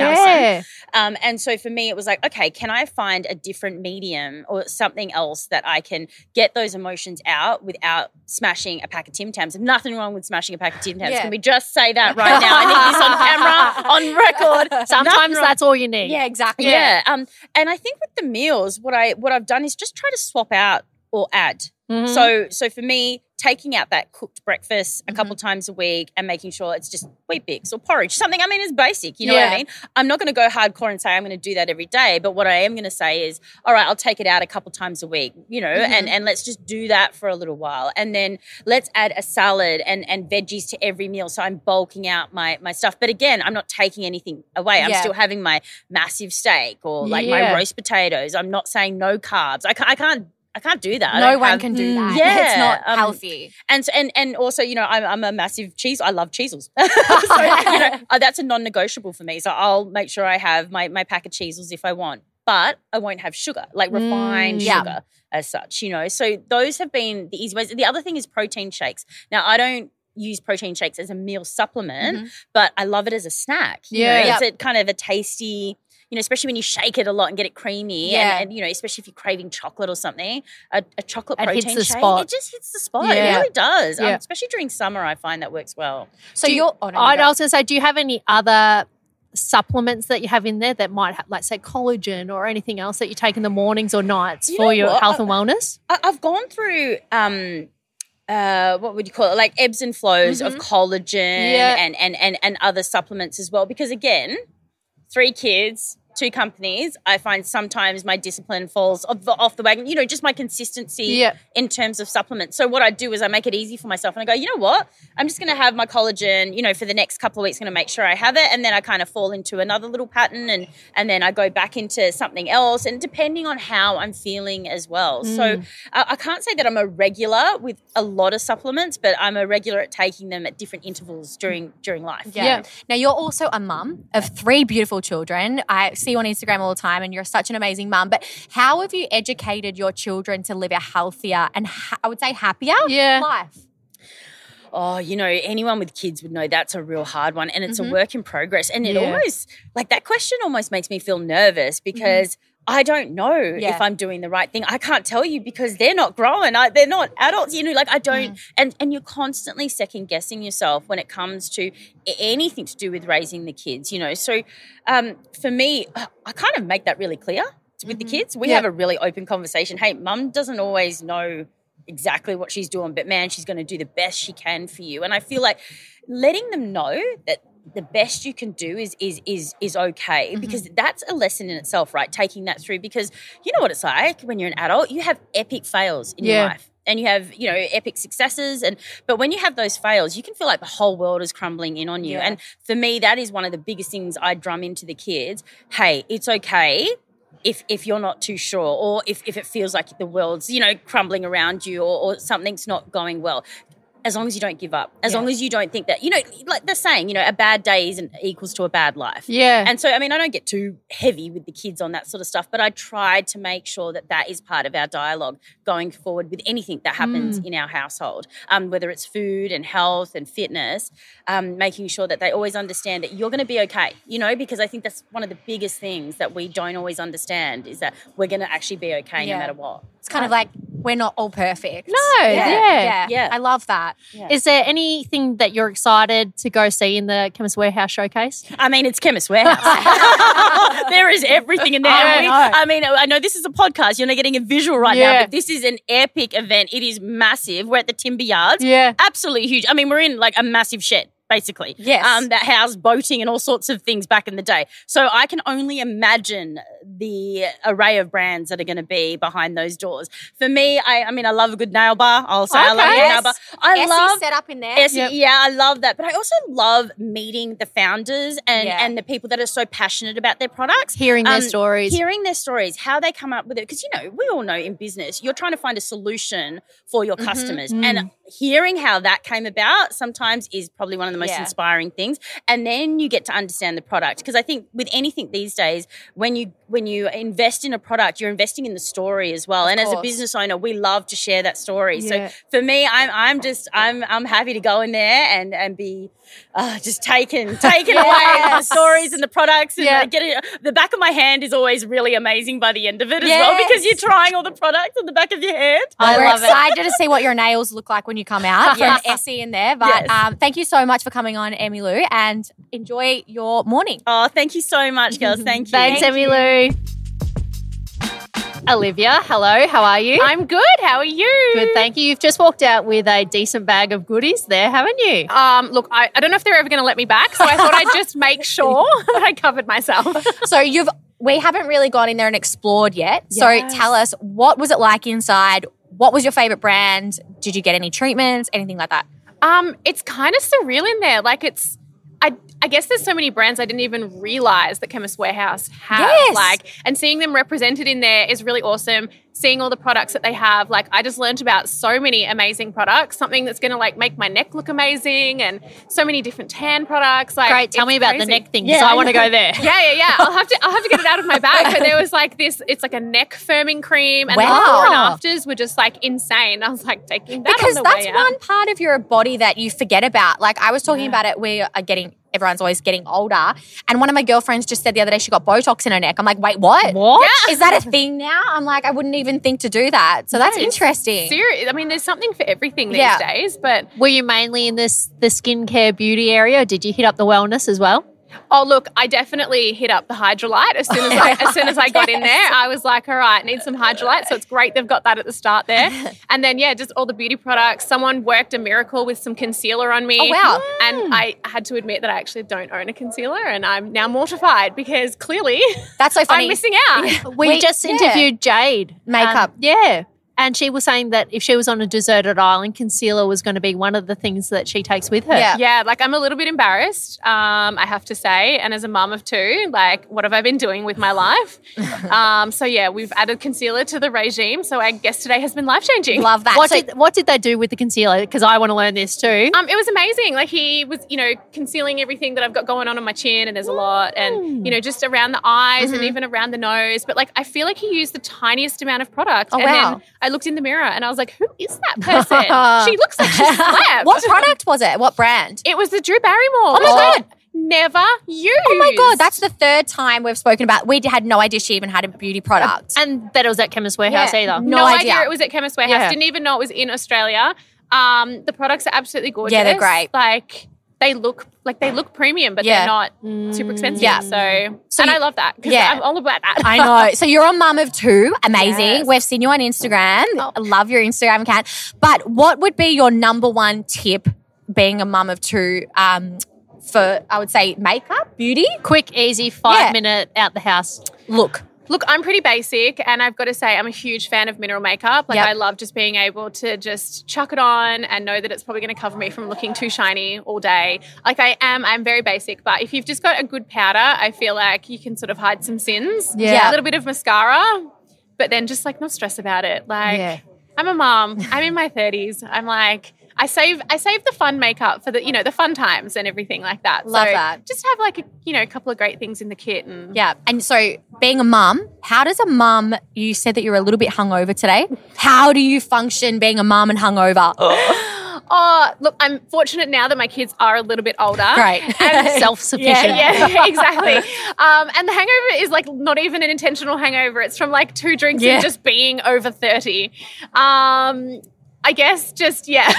Um, and so for me, it was like, okay, can I find a different medium or something else that I can get those emotions out without smashing a pack of Tim Tams? Nothing wrong with smashing a pack of Tim Tams. Yeah. Can we just say that [LAUGHS] right now? I need this on camera, on record. Sometimes that's all you need. Yeah, exactly. Yeah. Um, and I think with the meals, what I what I've done is just try to swap out or add. Mm-hmm. Mhm. So so for me, taking out that cooked breakfast a couple Mm-hmm. times a week and making sure it's just wheat bix or porridge, something I mean is basic. You know what Yeah. I mean? I'm not going to go hardcore and say I'm going to do that every day, but what I am going to say is, all right, I'll take it out a couple times a week. You know, Mm-hmm. and and let's just do that for a little while, and then let's add a salad and and veggies to every meal. So I'm bulking out my my stuff, but again, I'm not taking anything away. I'm Yeah. still having my massive steak or like my Yeah. roast potatoes. I'm not saying no carbs. I can't. I can't. I can't do that. I No don't one have- Mm, can do that. Yeah, it's not um, healthy. And so, and and also, you know, I'm, I'm a massive cheese. I love [LAUGHS] cheesels. [LAUGHS] so, you know, uh, that's a non-negotiable for me. So I'll make sure I have my my pack of cheesels if I want, but I won't have sugar, like refined Mm, yeah. sugar as such. You know, so those have been the easy ways. The other thing is protein shakes. Now I don't use protein shakes as a meal supplement, Mm-hmm. but I love it as a snack. You Yeah. know, it's a kind of a tasty. You know, especially when you shake it a lot and get it creamy, Yeah. and, and you know, especially if you're craving chocolate or something, a, a chocolate It protein hits the shake, spot. it just hits the spot. Yeah. It really does, um, Yeah. especially during summer. I find that works well. So Do- you're. Oh, no, I, you go. I was going to say, do you have any other supplements that you have in there that might have, like, say, collagen or anything else that you take in the mornings or nights You know for your what? health and wellness? I, I've gone through. Um, uh, what would you call it? Like ebbs and flows of collagen Mm-hmm. Yeah. and, and and and other supplements as well. Because again, three kids, two companies. I find sometimes my discipline falls off the, off the wagon. You know, just my consistency Yeah. in terms of supplements. So what I do is I make it easy for myself, and I go, you know what? I'm just going to have my collagen. You know, for the next couple of weeks, going to make sure I have it, and then I kind of fall into another little pattern, and and then I go back into something else, and depending on how I'm feeling as well. So I, I can't say that I'm a regular with a lot of supplements, but I'm a regular at taking them at different intervals during during life. Yeah. Now you're also a mum of three beautiful children. I see you on Instagram all the time and you're such an amazing mum. But how have you educated your children to live a healthier and ha- I would say happier Yeah. life? Oh, you know, anyone with kids would know that's a real hard one and it's a work in progress. And it Mm-hmm. Yeah. Mm-hmm. almost, like, that question almost makes me feel nervous because. I don't know Yeah. if I'm doing the right thing. I can't tell you because they're not growing. I, they're not adults. You know, like I don't. Mm. And and you're constantly second guessing yourself when it comes to a- anything to do with raising the kids. You know, so um, for me, I kind of make that really clear with the kids. We Mm-hmm. Yeah. have a really open conversation. Hey, mum doesn't always know exactly what she's doing, but man, she's going to do the best she can for you. And I feel like letting them know that the best you can do is is is is okay because that's a lesson in itself, right? Taking that through because you know what it's like when you're an adult, you have epic fails in Yeah. your life. And you have, you know, epic successes and but when you have those fails, you can feel like the whole world is crumbling in on you. And for me, that is one of the biggest things I drum into the kids. Hey, it's okay if if you're not too sure or if, if it feels like the world's you know crumbling around you or, or something's not going well as long as you don't give up as long as you don't think that you know like the saying you know a bad day isn't equals to a bad life Yeah. and so i mean i don't get too heavy with the kids on that sort of stuff but i try to make sure that that is part of our dialogue going forward with anything that happens in our household um, whether it's food and health and fitness um, making sure that they always understand that you're going to be okay you know because i think that's one of the biggest things that we don't always understand is that we're going to actually be okay Yeah. no matter what It's kind of like we're not all perfect. No, yeah. yeah. Yeah. I love that. Is there anything that you're excited to go see in the Chemist Warehouse showcase? I mean, it's Chemist [LAUGHS] Warehouse. there is everything in there. I And we- know. I mean, I know this is a podcast. You're not getting a visual right Yeah. now, but this is an epic event. It is massive. We're at the Timber Yards. Yeah. Absolutely huge. I mean, we're in like a massive shed. Basically, Yes. um, that housed boating and all sorts of things back in the day. So I can only imagine the array of brands that are going to be behind those doors. For me, I, I mean, I love a good nail bar. I'll say I love a Okay. good nail bar. I Essie love set up in there. Yes, yeah, I love that. But I also love meeting the founders and, Yeah. and the people that are so passionate about their products. Hearing their Um, stories. Hearing their stories, how they come up with it. Because, you know, we all know in business, you're trying to find a solution for Mm-hmm. Mm-hmm. your customers. Mm. And hearing how that came about sometimes is probably one of the most Yeah. inspiring things. And then you get to understand the product. Because I think with anything these days, when you when you invest in a product, you're investing in the story as well. and as a course. business owner, we love to share that story. Yeah. So for me, I'm I'm just I'm I'm happy to go in there and and be uh, just [LAUGHS] taken taken away with the stories and the products and Yeah. uh, get it. The back of my hand is always really amazing by the end of it as well because you're trying all the products on the back of your hand. I We're excited to see what your nails look like when you come out. Yeah, Essie in there. Yes. But um, thank you so much for coming on, Emmy Lou, and enjoy your morning. Oh, thank you so much, girls. Thank you. Thanks, Emmy Lou. Olivia, hello, how are you? I'm good. How are you? good, thank you. You've just walked out with a decent bag of goodies there, haven't you? Um, look, I, I don't know if they're ever going to let me back, so I thought I'd [LAUGHS] just make sure [LAUGHS] that I covered myself. [LAUGHS] So you've we haven't really gone in there and explored yet. So tell us what was it like inside? What was your favorite brand? Did you get any treatments? Anything like that? Um, it's kind of surreal in there. Like it's, I, I guess there's so many brands I didn't even realize that Chemist Warehouse has. Yes. Like, and seeing them represented in there is really awesome. Seeing all the products that they have, like I just learned about so many amazing products. Something that's going to like make my neck look amazing, and so many different tan products. Like, Great, tell it's me about the crazy. neck thing because I want to go there. Yeah, yeah, yeah. I'll have to I'll have to get it out of my bag. But [LAUGHS] there was like this, it's like a neck firming cream, and the Wow. before and afters were just like insane. I was like taking that because on the that's way out. one part of your body that you forget about. Like I was talking about it, we are getting everyone's always getting older, and one of my girlfriends just said the other day she got Botox in her neck. I'm like, wait, what? What? Yeah. Is that a thing now? I'm like, I wouldn't even think to do that. So that's interesting. Serious. I mean, there's something for everything these Yeah. days. But Were you mainly in this the skincare beauty area or did you hit up the wellness as well? oh look, I definitely hit up the hydrolite as soon as I, as soon as I [LAUGHS] got in there. I was like, all right, need some hydrolite. So it's great they've got that at the [LAUGHS] start there. And then yeah, just all the beauty products. Someone worked a miracle with some concealer on me. Oh, wow. And I had to admit that I actually don't own a concealer, and I'm now mortified because clearly [LAUGHS] That's so funny. [LAUGHS] I'm missing out. We, just yeah. interviewed Jade. um, Makeup. yeah. And she was saying that if she was on a deserted island, concealer was going to be one of the things that she takes with her. Yeah. Yeah, like I'm a little bit embarrassed, um, I have to say. And as a mum of two, like, what have I been doing [LAUGHS] with my life? [LAUGHS] [LAUGHS] um, so, yeah, we've added concealer to the regime. So, I guess today has been life changing. Love that. What, So- did, what did they do with the concealer? Because I want to learn this too. Um, it was amazing. Like he was, you know, concealing everything that I've got going on on my chin, and there's a lot, Mm. and you know, just around the eyes Mm-hmm. and even around the nose. But like, I feel like he used the tiniest amount of product. Oh, and wow. then I looked in the mirror and I was like, who is [LAUGHS] that person? she looks like she slept. what product was it? What brand? It was the Drew Barrymore. Oh my God. Never used. Oh my god, that's the third time we've spoken about. We had no idea she even had a beauty product. And that it was at Chemist Warehouse Yeah. either. No no, idea. idea. It was at Chemist Warehouse. Yeah. Didn't even know it was in Australia. Um, the products are absolutely gorgeous. Yeah, they're great. Like they look like they look premium, but Yeah. they're not super expensive. Yeah. So, So and you- I love that because yeah. I'm all about that. I [LAUGHS] know. So you're a mum of two. Amazing. We've seen you on Instagram. Oh. I Love your Instagram account. But what would be your number one tip being a mum of two um, for, I would say, makeup, beauty? Quick, easy, five Yeah. minute out the house. Look. Look, I'm pretty basic, and I've got to say, I'm a huge fan of mineral makeup. Like, Yep. I love just being able to just chuck it on and know that it's probably going to cover me from looking too shiny all day. Like, I am, I'm very basic, but if you've just got a good powder, I feel like you can sort of hide some sins. Yeah. A little bit of mascara, but then just like not stress about it. Like, Yeah. I'm a mom. I'm in my 30s. I'm like, I save I save the fun makeup for the you know the fun times and everything like that. Love that. Just have like a you know a couple of great things in the kit and Yeah. And so being a mum, how does a mum, you said that you're a little bit hungover today. How do you function being a mum and hungover? Oh, look, I'm fortunate now that my kids are a little bit older. Great. [LAUGHS] Self Yeah, sufficient. [LAUGHS] yeah, exactly. Um, and the hangover is like not even an intentional hangover. It's from like two drinks Yeah. and just being over 30. Um, I guess just, yeah,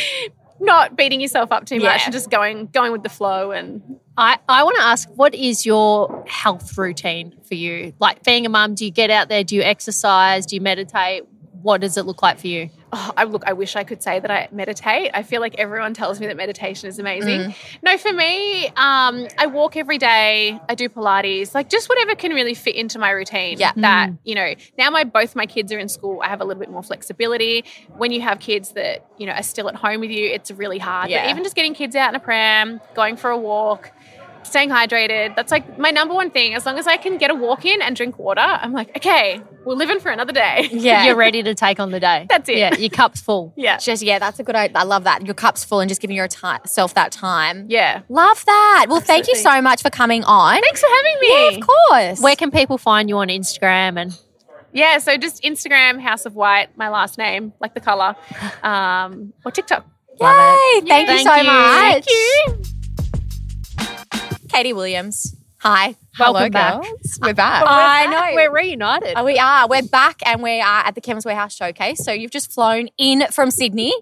[LAUGHS] not beating yourself up too much Yeah. and just going going with the flow. And I, I want to ask, what is your health routine for you? Like being a mum, do you get out there? Do you exercise? Do you meditate? What does it look like for you? oh, I look, I wish I could say that I meditate. I feel like everyone tells me that meditation is amazing. Mm-hmm. No, for me, um, I walk every day. I do Pilates, like just whatever can really fit into my routine. Yeah. That Mm. you know, now my both my kids are in school. I have a little bit more flexibility. When you have kids that you know are still at home with you, it's really hard. Yeah. But even just getting kids out in a pram, going for a walk. Staying hydrated. That's like my number one thing. As long as I can get a walk in and drink water, I'm like, okay, we're living for another day. [LAUGHS] Yeah. You're ready to take on the [LAUGHS] day. That's it. Yeah, your cup's full. Yeah. Just, [LAUGHS] yeah, that's a good idea. I love that. Your cup's full and just giving yourself that time. Yeah. Love that. Well, thank you so much for coming on. Thanks for having me. Yeah, of course. Where can people find you on Instagram? And [LAUGHS] Yeah, so just Instagram, House of White, my last name, like [LAUGHS] the color, um, or TikTok. Yay. Thank you Thank so you. much. Thank you. Katie Williams. Hi. Welcome back. girls. We're back. I know. we're reunited. Uh, we are. We're back and we are at the Chemist Warehouse Showcase. So you've just flown in from Sydney.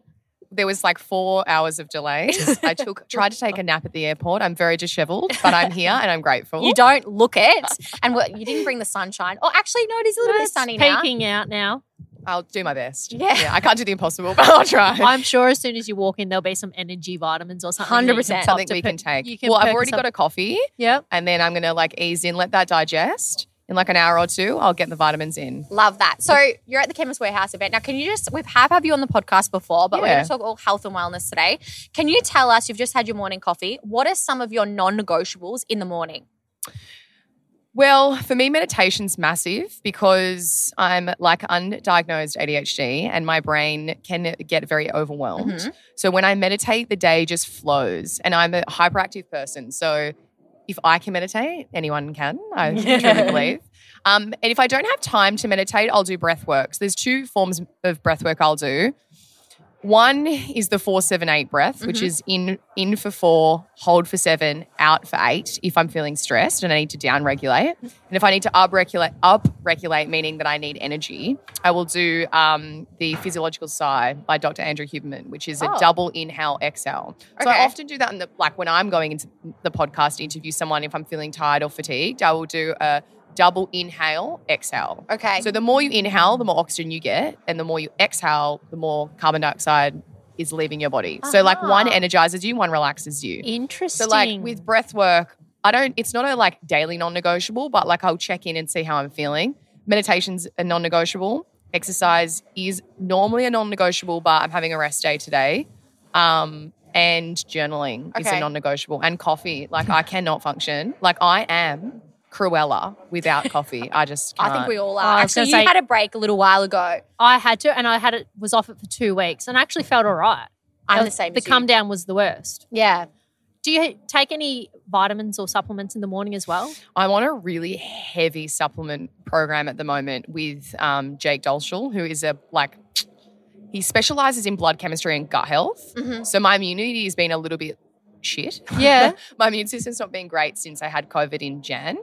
there was like four hours [LAUGHS] of delay. I took tried to take a nap at the airport. I'm very dishevelled, but I'm here and I'm grateful. Oh. [LAUGHS] You don't look it. And we you didn't bring the sunshine. Oh, actually, no, it is a little bit It's sunny now. peeking out now. I'll do my best. Yeah. I can't do the impossible, [LAUGHS] but I'll try. I'm sure as soon as you walk in, there'll be some energy vitamins or something. that you can 100%. pop Something to we put- can take. you can well, I've perk already yourself- got a coffee, Yep. and then I'm gonna like ease in, let that digest. In like an hour or two, I'll get the vitamins in. [LAUGHS] Love that. So you're at the Chemist Warehouse event. Now, can you just, we've have, have you on the podcast before, but we're Yeah. going to talk all health and wellness today. Can you tell us, you've just had your morning coffee, what are some of your non negotiables in the morning? Well, for me, meditation's massive because I'm like undiagnosed ADHD and my brain can get very overwhelmed. So when I meditate, the day just flows. And I'm a hyperactive person. So if I can meditate, anyone can, I truly believe. Um, and if I don't have time to meditate, I'll do breath work. So there's two forms of breath work I'll do. One is the four seven eight breath, which is in in for four, hold for seven, out for eight. If I'm feeling stressed and I need to down regulate, and if I need to up regulate, up regulate, meaning that I need energy, I will do um, the physiological sigh by Dr. Andrew Huberman, which is Oh. a double inhale exhale. So Okay. I often do that in the like when I'm going into the podcast to interview someone. If I'm feeling tired or fatigued, I will do a double inhale exhale. Okay. So the more you inhale, the more oxygen you get, and the more you exhale, the more carbon dioxide is leaving your body. So like one energizes you, one relaxes you. Interesting. So like with breath work, I don't. It's not a like daily non-negotiable, but like I'll check in and see how I'm feeling. Meditation's a non-negotiable. Exercise is normally a non negotiable, but I'm having a rest day today. Um, and journaling is Okay. a non negotiable, and coffee. Like, I cannot function. Like, I am Cruella without coffee. I just Oh, I can't. think we all Oh, I are. was Actually, you gonna say- had a break a little while ago. I had to, and I had it was off it for two weeks, and I actually felt all right. I'm That the was- same The as you. come down was the worst. Yeah. Do you take any vitamins or supplements in the morning as well? I'm on a really heavy supplement program at the moment with um, Jake Dolshall, who is a like he specializes in blood chemistry and gut health. So my immunity has been a little bit shit. Yeah. [LAUGHS] my immune system's not been great since I had COVID in Jan,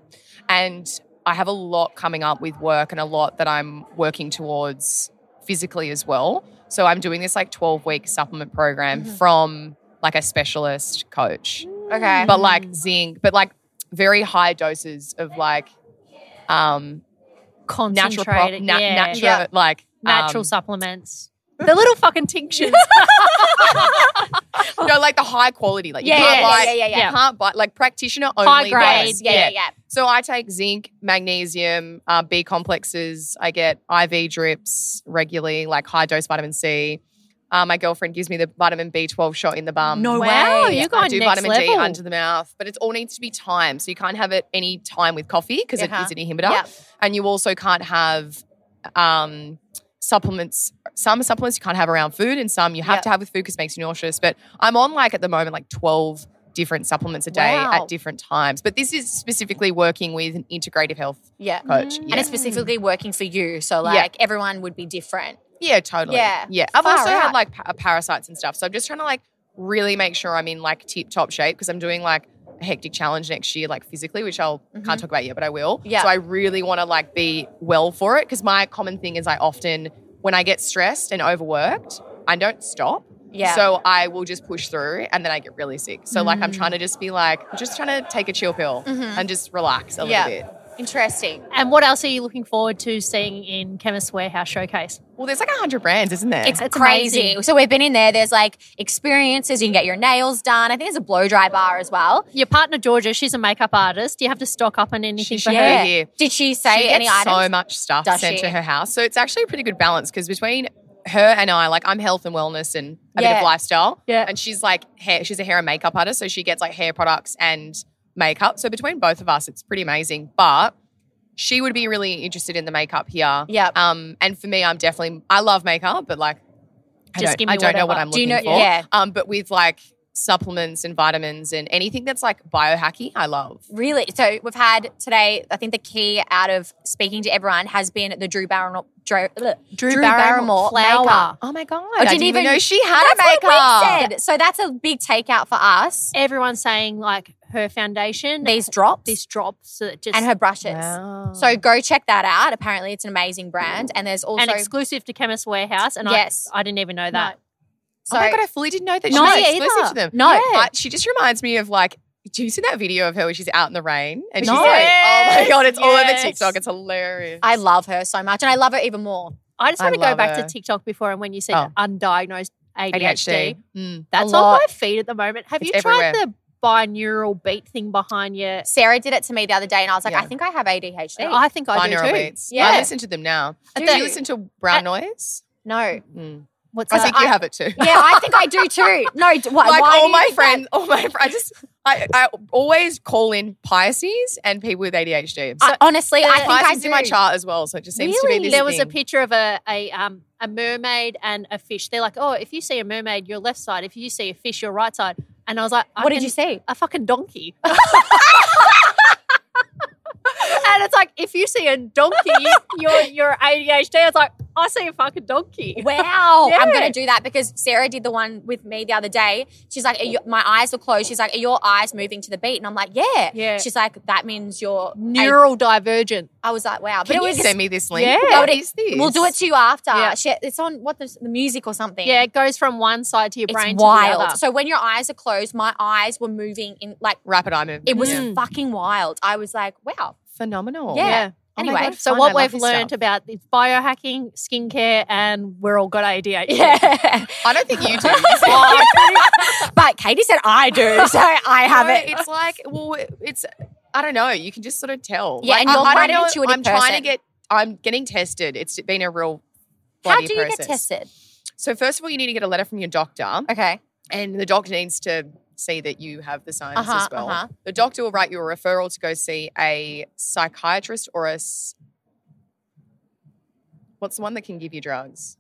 and I have a lot coming up with work and a lot that I'm working towards physically as well. So I'm doing this like 12 week supplement program from like a specialist coach Okay. but like zinc, but like very high doses of like um natural pro- Concentrated, na- yeah. natural Yeah. like Natural um, supplements. the little fucking tinctures. no like the high quality like Yeah, you can't yeah, buy yeah, yeah, yeah. you can't buy like practitioner only High grade, those. yeah, yeah, yeah. So I take zinc, magnesium, uh, B complexes. I get IV drips regularly, like high dose vitamin C. Uh, my girlfriend gives me the vitamin B12 shot in the bum. No Wow, way. you're I going do next vitamin D level. under the mouth, but it all needs to be timed. So you can't have it any time with coffee because Uh-huh. it is an inhibitor. Yep. And you also can't have um, supplements. Some supplements you can't have around food, and some you have Yep. to have with food because it makes you nauseous. But I'm on like at the moment like 12 different supplements a day Wow. at different times. But this is specifically working with an integrative health Mm. Yeah. coach. Yeah. And it's specifically working for you. So, Yeah. like, everyone would be different. yeah, totally. Yeah. yeah. I've Far also out. had like pa- uh, parasites and stuff, so I'm just trying to like really make sure I'm in like tip top shape because I'm doing like a hectic challenge next year, like physically, which I'll can't talk about yet, but I will. Mm-hmm. Yeah. So I really want to like be well for it because my common thing is I often when I get stressed and overworked, I don't stop. Yeah. So I will just push through and then I get really sick. So like I'm trying Mm. to just be like, I'm just trying to take a chill pill and just relax a Mm-hmm. Yeah. little bit. Interesting. And what else are you looking forward to seeing in Chemist Warehouse Showcase? Well, there's like a hundred brands, isn't there? It's That's crazy. amazing. So, we've been in there. There's like experiences. You can get your nails done. I think there's a blow dry bar as well. Your partner Georgia, she's a makeup artist. Do you have to stock up on anything for her? Yeah. here. Did she say she any gets items? so much stuff Does sent she? to her house. So it's actually a pretty good balance because between her and I, like I'm health and wellness and a bit Yeah. of lifestyle. Yeah. And she's like hair, she's a hair and makeup artist. So she gets like hair products and makeup. So between both of us, it's pretty amazing. But she would be really interested in the makeup here. Yep. Um, and for me, I'm definitely I love makeup, but like I Just don't, give me I don't whatever. know what I'm Do you looking know- for. yeah. Um, but with like supplements and vitamins and anything that's like biohacky, I love. Really? So we've had today, I think the key out of speaking to everyone has been the Drew Barrymore, Drew, Drew, Barrymore, flower. makeup. Oh my god! didn't even- know she had a That's makeup. what Wick said. So that's a big takeout for us. Everyone's saying like her foundation, These drops these drops that just and her brushes. So go check that out. Apparently it's an amazing brand. And there's also and exclusive to Chemist Warehouse. And Yes. I, I didn't even know that. so oh my god, I fully didn't know that she No, was me exclusive either. to them. No. I- she just reminds me of like. Do you see that video of her where she's out in the rain and No. she's like, "Oh my Yes, god, it's all over yes. TikTok. It's hilarious." I love her so much and I love her even more. I just I want to go love back her. to TikTok before and when you said Oh. undiagnosed ADHD, Mm. that's A on lot. my feed at the moment. Have It's you tried everywhere. the binaural beat thing behind you? Sarah did it to me the other day and I was like, Yeah. I think I have ADHD. I think I do Binaural too. beats. Yeah. I listen to them now. Do Do you you? listen to brown noise? no. Mm. What's I that? think you have it too. Yeah, I think [LAUGHS] I do too. No, d- why, like why do all you my think that? friends, all my friends. I just, I, I always call in Pisces and people with ADHD. I- honestly, I think I Pisces do. in my chart as well, so it just seems to be this there was a thing. picture of a a, um, a mermaid and a fish. They're like, oh, if you see a mermaid, your left side. If you see a fish, your right side. And I was like, I What did can- you see? A fucking [LAUGHS] donkey. and it's like, if you see a donkey, you're you're ADHD. I was like, I see a fucking donkey. Wow. I'm Yeah. going to do that because Sarah did the one with me the other day. She's like, are you, my eyes were closed. She's like, are your eyes moving to the beat? And I'm like, yeah. Yeah. She's like, that means you're Neural divergent. I, I was like, wow. Uh, But Can it you was, send me this link? Yeah. What is this? we'll do it to you after. Yeah. She, it's on what the, the music or something. Yeah, it goes from one side to your It's brain to the wild. other. So when your eyes are closed, my eyes were moving in like, Rapid eye movement. it was Yeah. fucking wild. I was like, wow. phenomenal. Yeah. Oh my Anyway, God, so fun. I what love we've this learned stuff. about is biohacking, skincare, and we're all got ADHD. Yeah. I don't think you do. [LAUGHS] but Katie said I [LAUGHS] do. So I have No, it. It's like, well, it's I don't know. You can just sort of tell. Yeah, Like, and you're I, I quite don't an know, intuitive I'm trying person. to get. I'm getting tested. It's been a real How body do you process. get tested? So first of all, you need to get a letter from your doctor, Okay. and the doctor needs to see that you have the signs Uh-huh, as well. uh-huh. The doctor will write you a referral to go see a psychiatrist or a. s- What's the one that can give you drugs?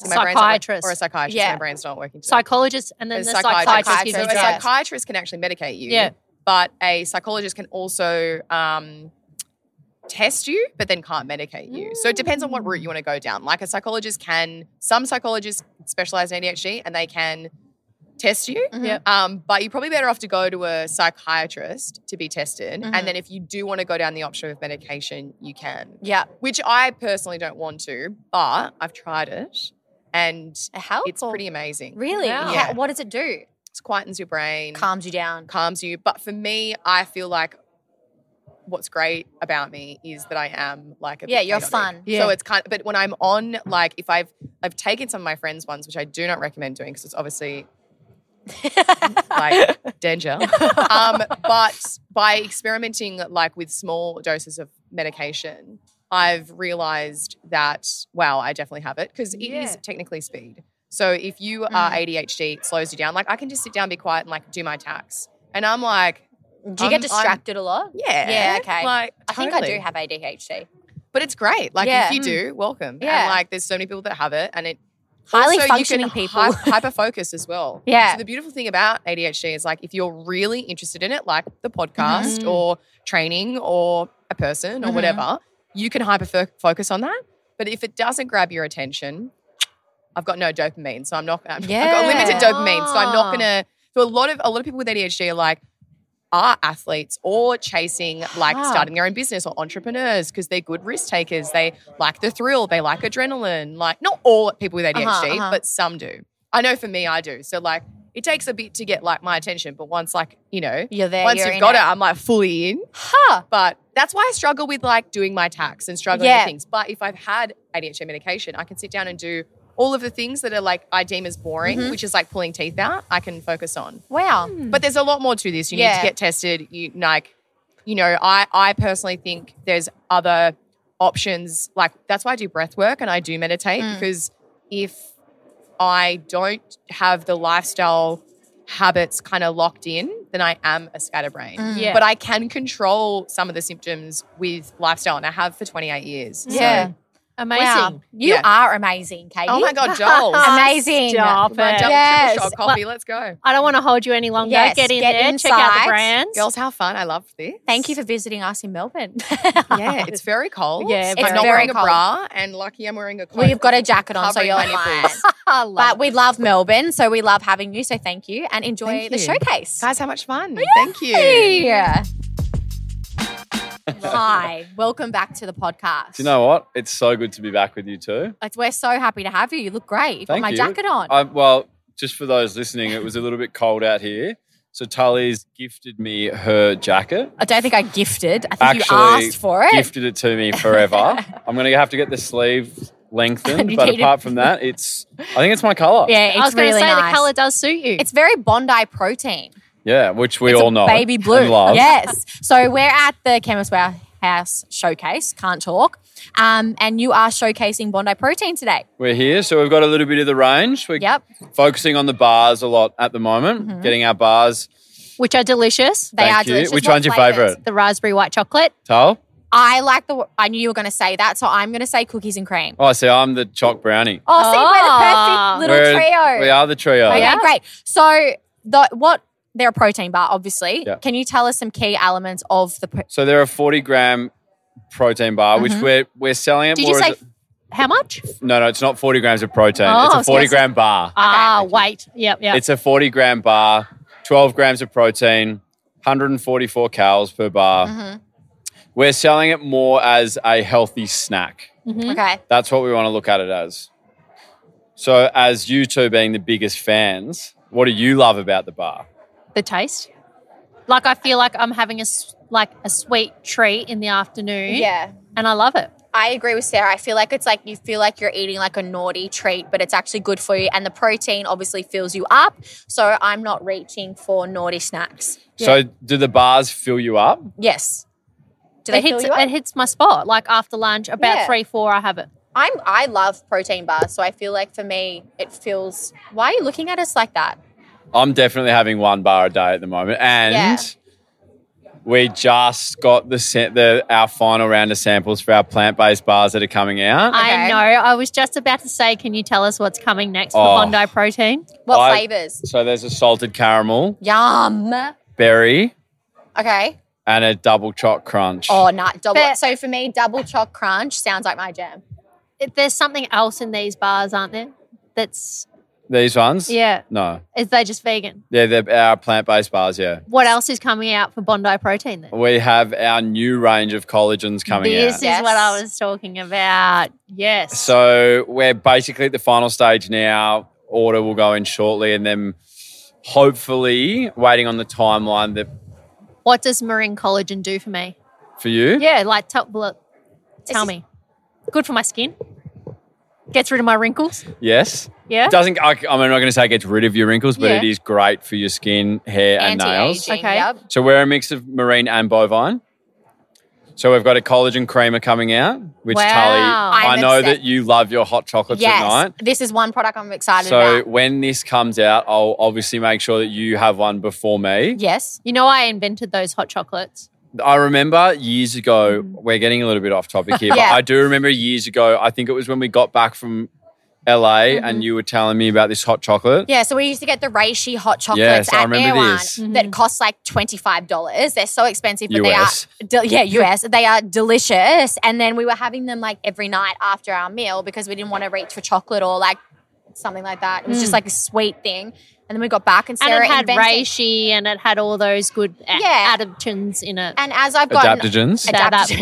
See, my brain's not work- Psychiatrist. or a psychiatrist. Yeah. My brain's not working. Today. Psychologist and then A the psychiatrist. psychiatrist, gives So you a drugs. psychiatrist can actually medicate you. Yeah. But a psychologist can also um, test you, but then can't medicate you. So it depends on what Mm. route you want to go down. Like a psychologist can, some psychologists specialize in ADHD and they can test you. Mm-hmm. Yep. Um, but you're probably better off to go to a psychiatrist to be tested. Mm-hmm. And then if you do want to go down the option of medication, you can, Yeah. which I personally don't want to, but I've tried it and How? it's pretty amazing. Really? Wow. Yeah. Yeah. What does it do? It quietens your brain Calms you down. calms you. But for me, I feel like what's great about me is that I am like a bit Yeah, you're chaotic. fun. So it's kind of, but when I'm on, like if I've I've taken some of my friends' ones, which I do not recommend doing because [LAUGHS] it's obviously like danger. [LAUGHS] Um, but by experimenting like with small doses of medication, I've realized that wow, I definitely have it because it is technically speed. So if you Mm. are ADHD, it slows you down. Like I can just sit down, be quiet, and like do my tax. And I'm like, Do you get I'm- I'm- distracted a lot? yeah, Yeah, okay. Like I think I totally. do have ADHD. but it's great. Like Yeah. Hmm. if you do, welcome. Yeah. And like there's so many people that have it, and it Highly also, functioning you can people. [LAUGHS] hyper focus as well. Yeah. So the beautiful thing about ADHD is like if you're really interested in it, like the podcast Mm-hmm. or training or a person or whatever, you can hyper focus on that. But if it doesn't grab your attention, I've got no dopamine, so I'm not. I'm, I've got Yeah. limited dopamine, so I'm Ah. not gonna. So a lot of a lot of people with ADHD are like are athletes or chasing like Ah. starting their own business or entrepreneurs because they're good risk takers. They like the thrill. They like adrenaline. Like not all people with ADHD, uh-huh. but some do. I know for me, I do. So like it takes a bit to get like my attention, but once like you know. You're there. Once you're you've in got it. it, I'm like fully in. Huh. But that's why I struggle with like doing my tax and struggling Yeah. with things. But if I've had ADHD medication, I can sit down and do all of the things that are like I deem as boring, Mm-hmm. which is like pulling teeth out, I can focus on. Wow. Hmm. But there's a lot more to this. You need Yeah. to get tested. You like, you know, I I personally think there's other options. Like that's why I do breath work and I do meditate Mm. because if I don't have the lifestyle habits kind of locked in, then I am a scatterbrain. Mm. Yeah. But I can control some of the symptoms with lifestyle, and I have for 28 years. So- Yeah. Amazing. Wow. You Yeah. are amazing, Katie. Oh [LAUGHS] my God, Joel. Amazing. Stop My double it. Yes. triple shot coffee. Let's go. I don't want to hold you any longer. Yes, get in get there, check out inside. the brands. Girls, how fun. I love this. Thank you for visiting us in Melbourne. [LAUGHS] yeah, it's very cold. Yeah, I'm very not wearing cold. a bra, and lucky I'm wearing a coat. well, you've got a jacket on, so Covering you're my fine. [LAUGHS] nipples. I love But we love Melbourne, so we love having you. So thank you and enjoy Thank the you. showcase. Guys, how much fun. Thank you. Yeah. [LAUGHS] Hi, welcome back to the podcast. Do you know what? It's so good to be back with you too. Like, we're so happy to have you. You look great. You've got Thank my you. Uh, jacket on. I, well, just for those listening, it was a little bit cold out here. So Tully's gifted me her jacket. I don't think I gifted. I think Actually, you asked for it. Gifted it to [LAUGHS] me forever. I'm going to have to get the sleeve lengthened. You but needed- apart from that, it's, I think it's my color. yeah, it's I was really going to say nice. the color does suit you. It's very Bondi protein. Yeah, which we It's a all know. Baby blue. And love. Yes. So we're at the Chemist Warehouse showcase. Can't talk. Um, and you are showcasing Bondi protein today. We're here. So we've got a little bit of the range. We're Yep. Mm-hmm. focusing on the bars a lot at the moment, getting our bars. which are delicious. They Thank are you. delicious. Which What one's your flavours? favourite? The raspberry white chocolate. Tal? I like the. I knew you were going to say that, so I'm going to say cookies and cream. Oh, I see. I'm the chalk brownie. Oh, see, we're the perfect little We're- trio. We are the trio. Okay, great. So the what? They're a protein bar, obviously. Yeah. Can you tell us some key elements of the? Pro- So they're a 40 gram protein bar, which we're we're selling it Mm-hmm. Did you more say as How much? a, no, no, it's not 40 grams of protein. it's Oh, a so 40 it's- gram bar. Ah, wait. Yep, yep. It's a 40 gram bar, 12 grams of protein, 144 calories per bar. Mm-hmm. We're selling it more as a healthy snack. Okay. That's what we want to look at it as. So, as you two being the biggest fans, what do you love about the bar? the taste. Like I feel like I'm having a s- like a sweet treat in the afternoon. Yeah. and I love it. I agree with Sarah. I feel like it's like you feel like you're eating like a naughty treat, but it's actually good for you. And the protein obviously fills you up. So I'm not reaching for naughty snacks. So, do the bars fill you up? Yes. Do they It hits fill you up? it hits my spot. Like after lunch, about Yeah. three four, I have it. I'm I love protein bars, so I feel like for me it feels. Why are you looking at us like that? I'm definitely having one bar a day at the moment, and we just got the, sa- the our final round of samples for our plant-based bars that are coming out. I know. I was just about to say, can you tell us what's coming next for Oh. Bondi Protein? I- So there's a salted caramel, Um. Yum. berry, Okay. and a double choc crunch. Oh, not double. so for me, double choc crunch sounds like my jam. There's something else in these bars, aren't there? That's These ones? Yeah. No. is they just vegan. Yeah, they're our plant-based bars, yeah. What else is coming out for Bondi Protein then? We have our new range of collagens coming this out. is what I was talking about. Yes. So we're basically at the final stage now. Order will go in shortly, and then hopefully waiting on the timeline that What does marine collagen do for me? for you. Yeah, like tell, well, tell me. Good for my skin. Gets rid of my wrinkles. Yes. Yeah. Doesn't I, I'm not going to say it gets rid of your wrinkles, but Yeah. it is great for your skin, hair, and nails. Okay. So we're a mix of marine and bovine. So we've got a collagen creamer coming out, which Wow. Tully, i I'm know obsessed. that you love your hot chocolates yes, at night. this is one product I'm excited So about. when this comes out, I'll obviously make sure that you have one before me. Yes. You know, I invented those hot chocolates. I remember years ago, we're getting a little bit off topic here, Yeah. but I do remember years ago, I think it was when we got back from LA and you were telling me about this hot chocolate. Yeah, so we used to get the reishi hot chocolates Yes, at I remember Erewhon this. Mm-hmm. that cost like $25. They're so expensive, but US. they are, [LAUGHS] del- yeah, US. They are delicious. And then we were having them like every night after our meal because we didn't want to reach for chocolate or like something like that. It was just Mm. like a sweet thing. And then we got back and And Sarah it had invented- reishi and it had all those good a- Yeah. adaptogens in it. And as I've gotten [LAUGHS] Adaptogens? Adapt-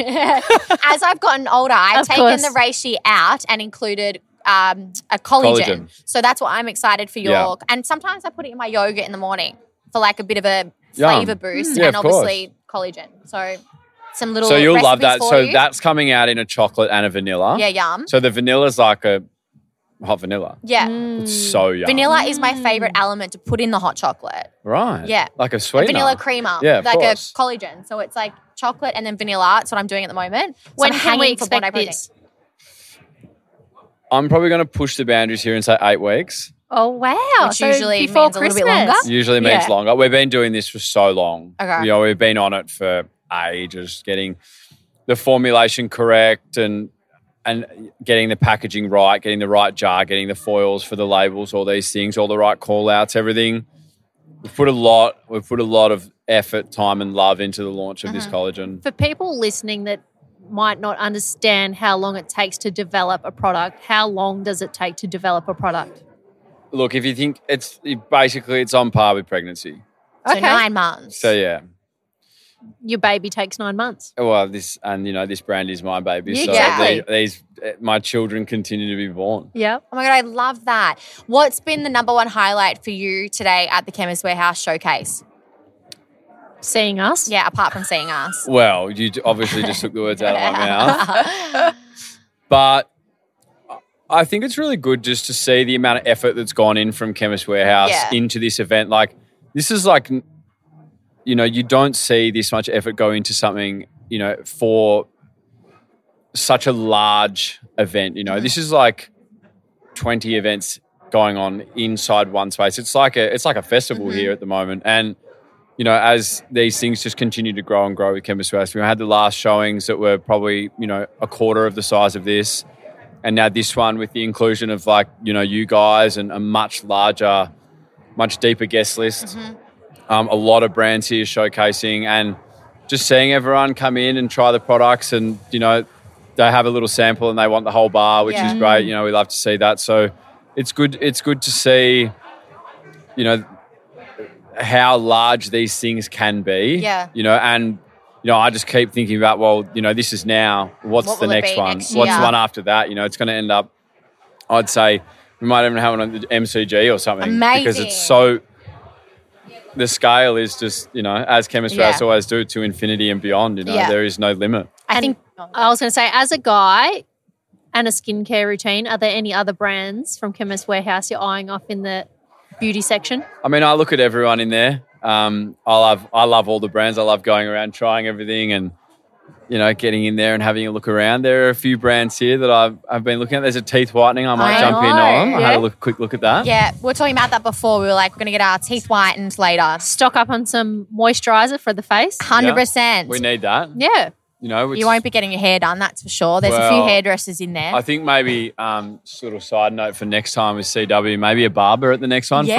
as I've gotten older, I've Of taken course. the reishi out and included um, a collagen. Collagen. So that's what I'm excited for your. Yeah. And sometimes I put it in my yogurt in the morning for like a bit of a Yum. flavor boost, Mm. Yeah, and of course. obviously collagen. So some little. so you'll love recipes that. for So you. that's coming out in a chocolate and a vanilla. Yeah, yum. So the vanilla's like a hot vanilla. yeah. It's so yum. Vanilla is my favorite element to put in the hot chocolate. Right. Yeah. Like a A sweetener. vanilla creamer, Yeah, of like course. a collagen. So it's like chocolate and then vanilla. That's what I'm doing at the moment. So When I'm can we hanging for expect Bondi Protein. this? I'm probably going to push the boundaries here and say eight weeks. Oh wow! Which usually means a little bit longer. Usually means Yeah. longer. We've been doing this for so long. Okay. You know, we've been on it for ages, getting the formulation correct and and getting the packaging right, getting the right jar, getting the foils for the labels, all these things, all the right call outs, everything. We've put a lot, we've put a lot of effort, time, and love into the launch of Uh-huh. this collagen. For people listening that might not understand how long it takes to develop a product, how long does it take to develop a product? Look, if you think it's it- basically it's on par with pregnancy. So nine months. So yeah. Your baby takes nine months. Well, this and you know, this brand is my baby. Yeah, so exactly. they- these my children continue to be born. Yeah. Oh my God, I love that. What's been the number one highlight for you today at the Chemist Warehouse showcase? Seeing us? Yeah, apart from seeing us. [LAUGHS] Well, you d- obviously just took the words [LAUGHS] out of my mouth. But I think it's really good just to see the amount of effort that's gone in from Chemist Warehouse Yeah. into this event. Like, this is like, n- you know, you don't see this much effort go into something, you know, for such a large event. You know, this is like 20 events going on inside one space. It's like a it's like a festival here at the moment. And you know, as these things just continue to grow and grow with Chemist Warehouse, we had the last showings that were probably you know a quarter of the size of this, and now this one with the inclusion of like you know you guys and a much larger, much deeper guest list. Um, a lot of brands here showcasing and just seeing everyone come in and try the products and you know they have a little sample and they want the whole bar which Yeah. is great you know we love to see that so it's good it's good to see you know how large these things can be Yeah. you know and you know i just keep thinking about well you know this is now what's What the will it next be one next what's year? the one after that you know it's going to end up i'd say we might even have one on the mcg or something because Amazing. it's so the scale is just, you know, as chemists Yeah. Rouse always do, to infinity and beyond. You know, Yeah. there is no limit. I think I was going to say, as a guy and a skincare routine, are there any other brands from Chemist Warehouse you're eyeing off in the beauty section? I mean, I look at everyone in there. Um, I love, I love all the brands. I love going around trying everything, and you know, getting in there and having a look around. There are a few brands here that I've, I've been looking at. There's a teeth whitening I might I jump in know. on. I had Yeah. a look, quick look at [LAUGHS] that. Yeah, we were talking about that before. We were like, we're going to get our teeth whitened later. Stock up on some moisturizer for the face. Yeah. 100%. We need that. Yeah. You know, which you won't be getting your hair done, that's for sure. There's a few Well, hairdressers in there. I think maybe um, just a little side note for next time with CW, maybe a barber at the next one for us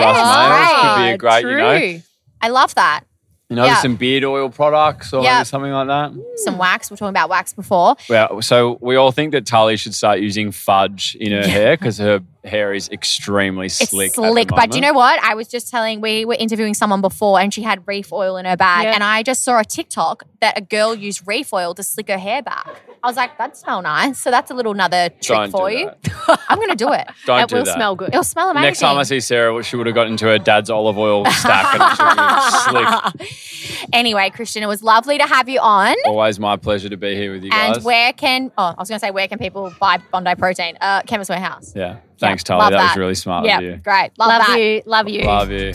males could be a great, you know, I love that. you know, Yeah. some beard oil products or Yeah. something like that. Some wax. We are talking about wax before. Well, so we all think that Tali should start using fudge in her hair because her hair is extremely slick. It's slick, but do you know what? I was just telling we were interviewing someone before, and she had reef oil in her bag, Yeah. and I just saw a TikTok that a girl used reef oil to slick her hair back. I was like, that smell nice. So that's a little another trick Don't for do you. [LAUGHS] I'm gonna do it. Don't It do will that. smell good. It'll smell amazing. Next time I see Sarah, she would have got into her dad's [LAUGHS] olive oil stack and she would have been slick. Anyway, Christian, it was lovely to have you on. Always my pleasure to be here with you and guys. where can oh, I was gonna say where can people buy Bondi Protein? Uh, Chemist Warehouse. yeah. Thanks, Tali. love That, was that. really smart Yeah, of you. great. Love, Love that. you. Love you. Love you.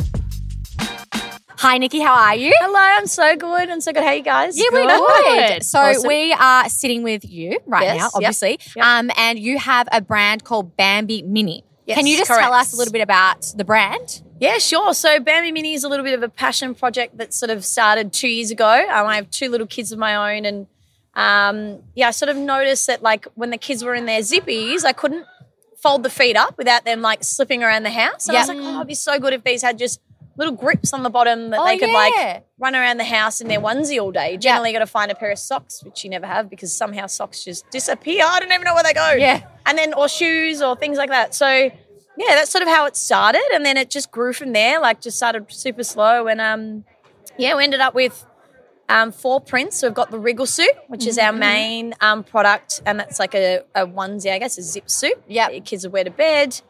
Hi, Nikki. How are you? Hello, I'm so good. I'm so good. How are you guys? Yeah, we're Good. good. So Awesome. we are sitting with you right Yes, now, yep, obviously. Um, and you have a brand called Bambi Mini. Yes, Can you just tell correct. us a little bit about the brand? Yeah, sure. So Bambi Mini is a little bit of a passion project that sort of started two years ago. Um, I have two little kids of my own, and um, yeah, I sort of noticed that like when the kids were in their zippies, I couldn't fold the feet up without them like slipping around the house. And I was Yep. like, oh, it'd be so good if these had just little grips on the bottom that Oh, they could yeah. like run around the house in their onesie all day. Generally, got to find a pair of socks, which you never have because somehow socks just disappear. I don't even know where they go. Yeah. and then or shoes or things like that. So yeah, that's sort of how it started, and then it just grew from there. Like, just started super slow, and um, yeah, we ended up with um, four prints. So we've got the wriggle suit, which is our Mhm. main um, product, and that's like a, a onesie, I guess, a zip suit. Yeah, your kids will wear to bed.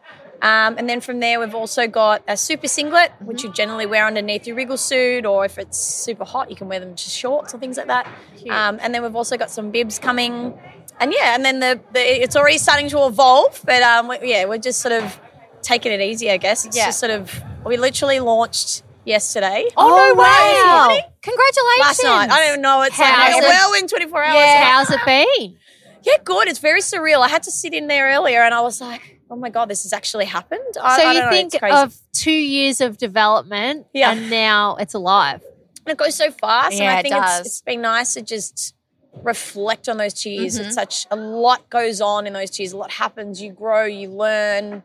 Um, and then from there, we've also got a super singlet, Mm-hmm. which you generally wear underneath your wriggle suit, or if it's super hot, you can wear them to shorts or things like that. Um, and then we've also got some bibs coming, and yeah, and then the, the it's already starting to evolve, but um, we- yeah, we're just sort of taking it easy, I guess. It's Yeah. just sort of we literally launched yesterday. Oh, wow. This morning? Congratulations. Last night. I don't know. It's How's like it- a whirlwind 24 hours. Yeah. How's it been? Yeah, good. It's very surreal. I had to sit in there earlier and I was like, oh my God, this has actually happened. I, so I you don't know, it's think crazy. of two years of development and now it's alive. And it goes so fast. and Yeah, I it think it's, does. it's been nice to just reflect on those two years. Mhm. It's such a lot goes on in those two years. A lot happens. You grow, you learn.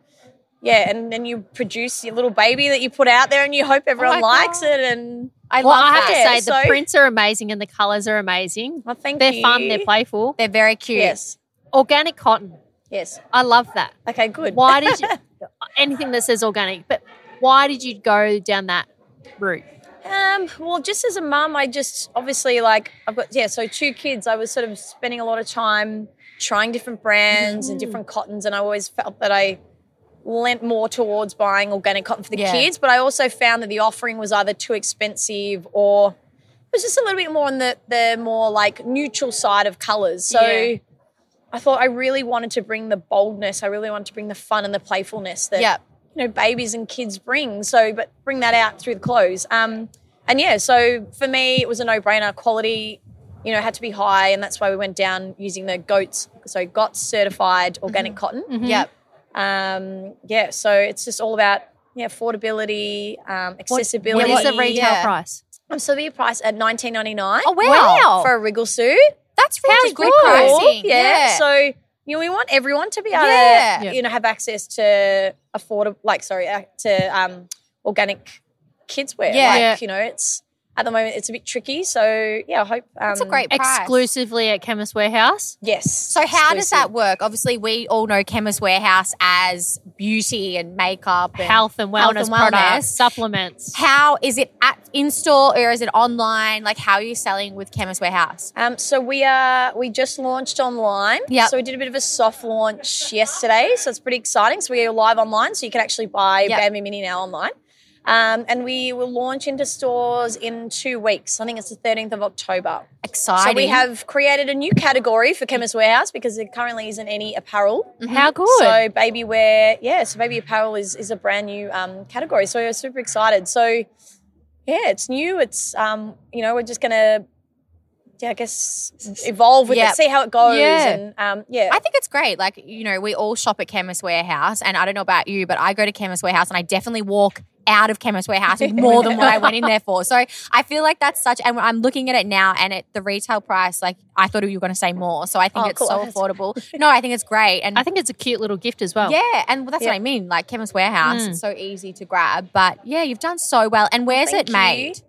Yeah, and then you produce your little baby that you put out there and you hope everyone likes it. And Oh I well, I have Yeah, to say the so- prints are amazing and the colours are amazing. Well, thank they're fun, you. they're playful. They're very cute. Yes. Organic cotton. Yes. I love that. Okay, good. Why did you anything that says organic, but why did you go down that route? Um, well, just as a mum, I just obviously like I've got yeah, so two kids. I was sort of spending a lot of time trying different brands and Mhm. different cottons, and I always felt that I lent more towards buying organic cotton for the Yeah. kids. But I also found that the offering was either too expensive or it was just a little bit more on the the more like neutral side of colors. So. Yeah. I thought I really wanted to bring the boldness. I really wanted to bring the fun and the playfulness that Yep. you know babies and kids bring. So, but bring that out through the clothes. Um, and yeah, so for me, it was a no-brainer. Quality, you know, had to be high, and that's why we went down using the goats. So, got certified organic cotton. Mhm. Yep. Um, yeah. So it's just all about yeah affordability, um, accessibility. what is the retail price? Um, so the price at nineteen ninety nine. Oh, wow. For a wriggle suit, that's really good pricing. Yeah. Yeah. So you know we want everyone to be able Yeah. to you know have access to affordable, like sorry, uh, to um, organic kids wear. Yeah. Like, Yeah. You know it's at the moment it's a bit tricky. So yeah, I hope um, it's a great Exclusively at Chemist Warehouse. Yes. So how does that work? Obviously, we all know Chemist Warehouse as beauty and makeup, and Health and health wellness products, supplements. How is it at in store or is it online? Like how are you selling with Chemist Warehouse? Um, so we are we just launched online. Yep. So we did a bit of a soft launch yesterday. So it's pretty exciting. So we are live online, so you can actually buy Yep. Bambi Mini now online. Um, and we will launch into stores in two weeks. I think it's the 13th of October. Exciting. So we have created a new category for Chemist Warehouse because there currently isn't any apparel. Mm-hmm. Mhm. How good. So baby wear, yeah. So baby apparel is is a brand new um, category. So we're super excited. So yeah, it's new. It's um, you know, we're just gonna yeah, I guess evolve with Yeah. it, see how it goes. Yeah. And um, yeah. I think it's great. Like, you know, we all shop at Chemist Warehouse, and I don't know about you, but I go to Chemist Warehouse and I definitely walk out of Chemist Warehouse with more than what I went in there for. So I feel like that's such, and I'm looking at it now, and at the retail price, like, I thought you were going to say more. So I think Oh, it's cool. so affordable. No, I think it's great. And I think it's a cute little gift as well. Yeah, and well, that's Yeah. what I mean. Like Chemist Warehouse, Mm. it's so easy to grab. But yeah, you've done so well. And where's Thank it made? you.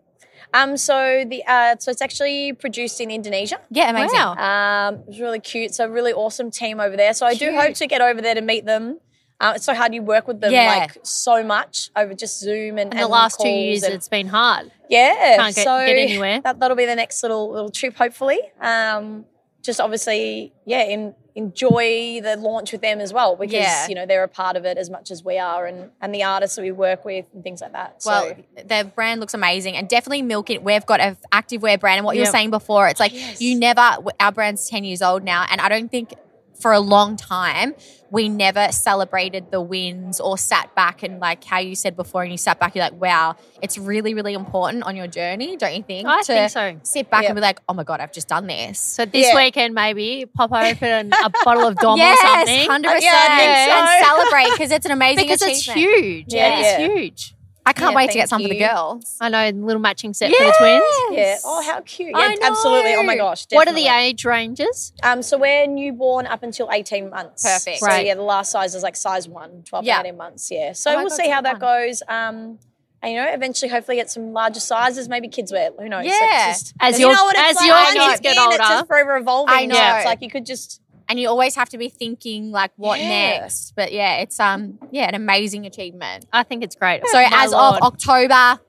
Um, so the uh, so it's actually produced in Indonesia. Yeah, amazing. Um, it's really cute. So really awesome team over there. So I do hope to get over there to meet them. Uh, it's so hard you work with them Yeah. like so much over just Zoom and, And the last two calls years, and- it's been hard. yeah, Can't get- so get anywhere. That, that'll be the next little little trip, hopefully. Um, just obviously, yeah, in, enjoy the launch with them as well because Yeah. you know they're a part of it as much as we are, and and the artists that we work with and things like that. So. Well, their brand looks amazing, and definitely milk it. We've got an activewear brand, and what you were Yep. saying before, it's like you never. Our brand's ten years old now, and I don't think for a long time we never celebrated the wins or sat back and like how you said before, and you sat back, you're like, wow, it's really, really important on your journey, don't you think? I to think so. Sit back Yep. and be like, oh my god, I've just done this. So This weekend, maybe pop open a bottle of Dom yes, or something. hundred percent, and celebrate because it's an amazing because achievement. it's huge. It is huge. I can't wait to get some for the girls. I know, little matching set for the twins. Yeah. Oh, how cute. I Yeah, absolutely. Oh my know. gosh. What are the definitely. age ranges? Um, so we're newborn up until 18 months. Perfect. So Right. yeah, the last size is like size one, 12 Yeah. 18 months. Yeah. So Oh my we'll God, see how so that goes. Um, and, you know, eventually, hopefully, get some larger sizes, maybe kids wear. Who knows? It's Yeah. just- As but your- you know what as it's your like, kids once get in, it's older. just forever evolving. I now. know. It's like you could just and you always have to be thinking like what Yeah. next but yeah it's um yeah an amazing achievement i think it's great so Oh My as Lord. of october